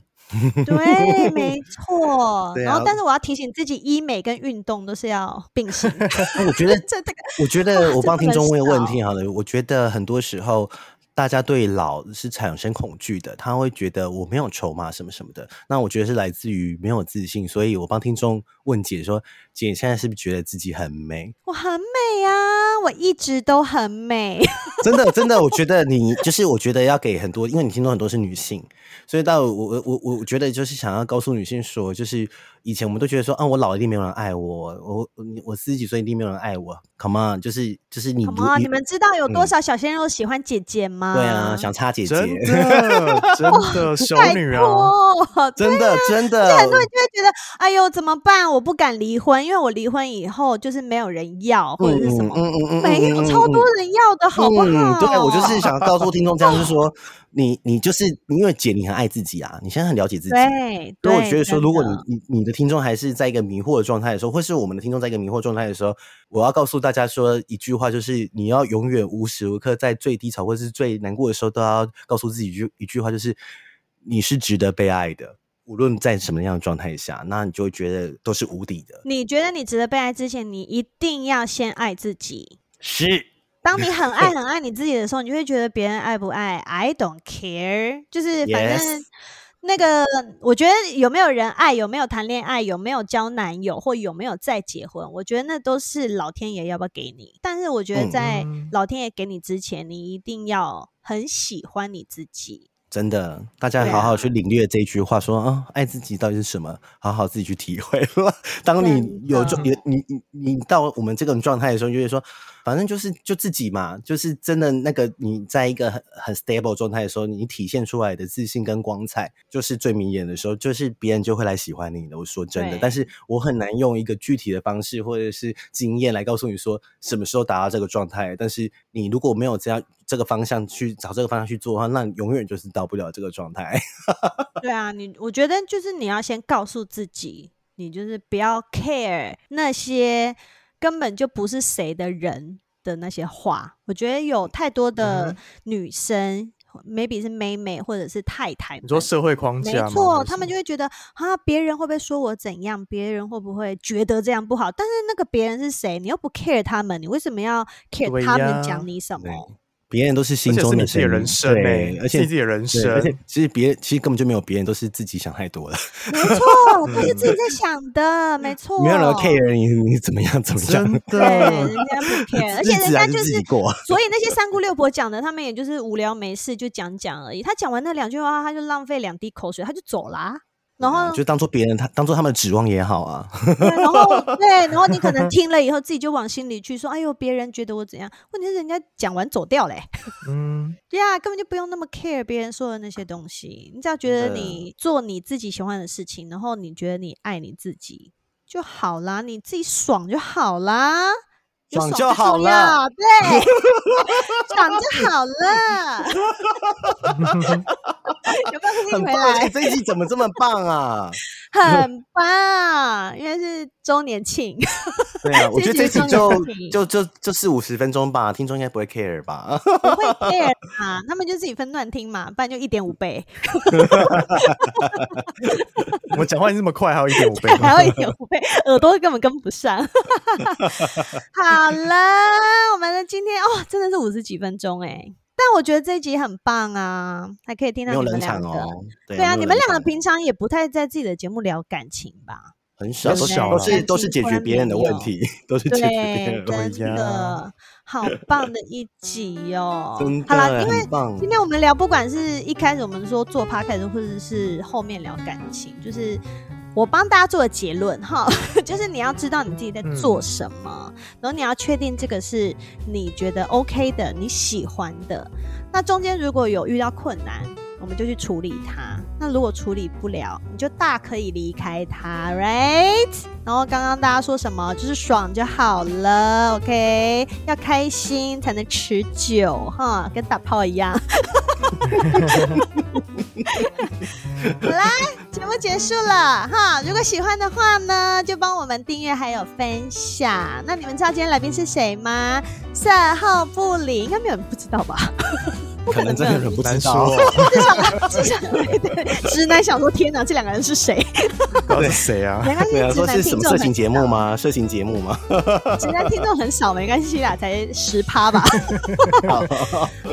对，没错。
对
然后
啊，
但是我要提醒自己，医美跟运动都是要并行。
那我觉得
这这个
我觉
哇
得我
这
帮
不
听
能
众问个问
少
题好了，我觉得很多时候大家对老是产生恐惧的，他会觉得我没有筹码什么什么的。那我觉得是来自于没有自信，所以我帮听众问姐说，姐你现在是不是觉得自己很美？
我很美啊，我一直都很美。
真的真的，我觉得你就是我觉得要给很多，因为你听众很多是女性，所以到我我我我我觉得就是想要告诉女性说，就是以前我们都觉得说啊，我老了一定没有人爱我，我我我四十几岁一定没有人爱我。Come on，就是就是你
Come
如
on，你们知道有多
嗯
少小鲜肉喜欢姐姐吗？
对啊，想插姐姐，
真的真 的小
拜
女啊，
托，
真的真的，
啊很多人就会觉得，哎呦，怎么办？我不敢离婚，因为我离婚以后就是没有人要，或者是什么，
嗯嗯嗯
没有超多人要的，好不好？哦
对我就是想告诉听众，这样就是 说，你你就是因为姐，你很爱自己啊，你现在很了解自己。
对
所以
对。
我觉得说，
真
如果
的
你你你的听众还是在一个迷惑的状态的时候，或是我们的听众在一个迷惑状态的时候，我要告诉大家说一句话，就是你要永远无时无刻在最低潮或是最难过的时候，都要告诉自己一句一句话，就是你是值得被爱的，无论在什么样的状态下，那你就会觉得都是无敌的。
你觉得你值得被爱之前，你一定要先爱自己。
是，
当 你很爱很爱你自己的时候，你就会觉得别人爱不爱，I don't care，就是反正。
Yes
那个，我觉得有没有人爱，有没有谈恋爱，有没有交男友，或有没有再结婚，我觉得那都是老天爷要不要给你。但是我觉得
嗯
在
嗯
老天爷给你之前，你一定要很喜欢你自己。
真的，大家
对啊
好好去领略这一句话，说啊、爱自己到底是什么，好好自己去体会 吧。当
啊
你有
嗯
状，有你你你到我们这种状态的时候，你就会说，反正就是就自己嘛，就是真的那个你在一个很很 stable 状态的时候，你体现出来的自信跟光彩，就是最明眼的时候，就是别人就会来喜欢你的。我说真的
对，
但是我很难用一个具体的方式或者是经验来告诉你说什么时候达到这个状态。但是你如果没有这样这个方向去找这个方向去做的话，那你永远就是到不了这个状态。
对啊，你我觉得就是你要先告诉自己，你就是不要 care 那些根本就不是谁的人的那些话。我觉得有太
嗯
多的女生、m a y b e 是妹妹或者是太太，
你说社会框
没
架吗
错，
还是
他们就会觉得啊，别人会不会说我怎样？别人会不会觉得这样不好？但是那个别人是谁？你又不 care 他们，你为什么要 care
对
他们
呀
讲你什
对
么？
别人都是心
而且是
中
你
的
自己的
声音
人生呢、
对，而
是
且
你自己的人
对而
生
且，其实别其实根本就没有别人，都是自己想太多了，
没错，都是自己
嗯
在想的，没错。
没有人要 care 你你怎么样怎么
真
样，
对，
的
人家不 care，而
日
且
子
人
还是
家就
自己
是，
过。
所以那些三姑六婆讲的，他们也就是无聊没事就讲讲而已。他讲完那两句话，他就浪费两滴口水，他就走啦、然后
就当做别人他当做他们的指望也好啊，
对，然后 对，然后你可能听了以后，自己就往心里去说，哎呦，别人觉得我怎样？问题是人家讲完走掉嘞、
嗯，
对啊，根本就不用那么 care 别人说的那些东西，你只要觉得
真的
你做你自己喜欢的事情，然后你觉得你爱你自己就好啦，你自己爽就好啦，有
爽
爽
就
最
好
重
了
要，对，爽 就好了。有没有听
很
回
棒！哎
来？
这一集怎么这么棒啊？
很棒，因为是周年庆。
对啊，我觉得这一集
这一集
就
真的是
就就就四五十分钟吧，听众应该不会 care 吧？
不会 care 啊，他们就自己分段听嘛，不然就一点五倍，，
我讲话已经这么快，还有一点五倍
还要一点五倍，耳朵根本跟不上。 好了，我们的今天哦，真的是五十几分钟哎、但我觉得这一集很棒啊，还可以听
没
到
有
你
冷
们
场
两个。
哦，对
对啊，你们两个
平
平常也不太在自己的节目聊感情吧？
很少，都
很
是
少
都
啊
是都是解决别人的问题，都是解决别
对
人，的问
真
题，！
的好棒的一集 哦
真
好啦，
的
因为
很棒。
今天我们聊，不管是一开始我们说做 p o d c a s t 或者是后面聊感情，就是我帮大家做的结论哈，就是你要知道你自己在做什么，然后你要确定这个是你觉得 OK 的，你喜欢的。那中间如果有遇到困难，我们就去处理它。那如果处理不了，你就大可以离开它，right？然后刚刚大家说什么？就是爽就好了，OK？要开心才能持久哈，跟打炮一样。 好啦，节目结束了哈。如果喜欢的话呢，就帮我们订阅还有分享。那你们知道今天来宾是谁吗？售后不理，应该没有人不知道 吧？不
可能真
没
的
有人
忍不
难
知
说
道，
哦，
至少至少对对，直男想说天哪，这两个人是谁？
不知道是谁啊？
没关系
对啊，，
直
说
男
是什
听
么
众
色情
很
节目吗？色情节目吗？
直男听众很少，没关系啦，才十趴吧。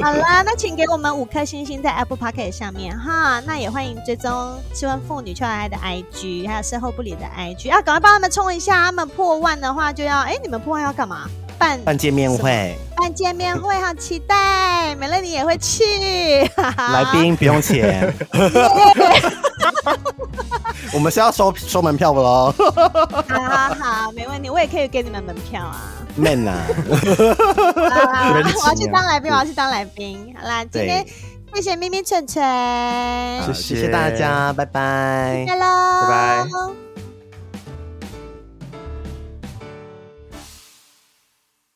好啦，那请给我们五颗星星在 Apple p o c k e t 上面哈。那也欢迎追踪七问妇女俏爱的 IG，还有售后不理的 IG 啊，赶快帮他们冲一下，他们破万的话就要，哎、你们破万要干嘛？办
办见面会，
办见面会，好期待！美乐你也会去，哈哈
来宾不用钱， 我们是要收收门票不喽
好好好，没问题，我也可以给你们门票啊。
？Man 啊，
啊我
人
要
情
去
啊
当来宾，我要去当来宾。好啦，今天
对
谢谢咪咪蠢蠢，
啊
谢
谢
谢
谢大家，拜拜
拜。喽，
拜拜。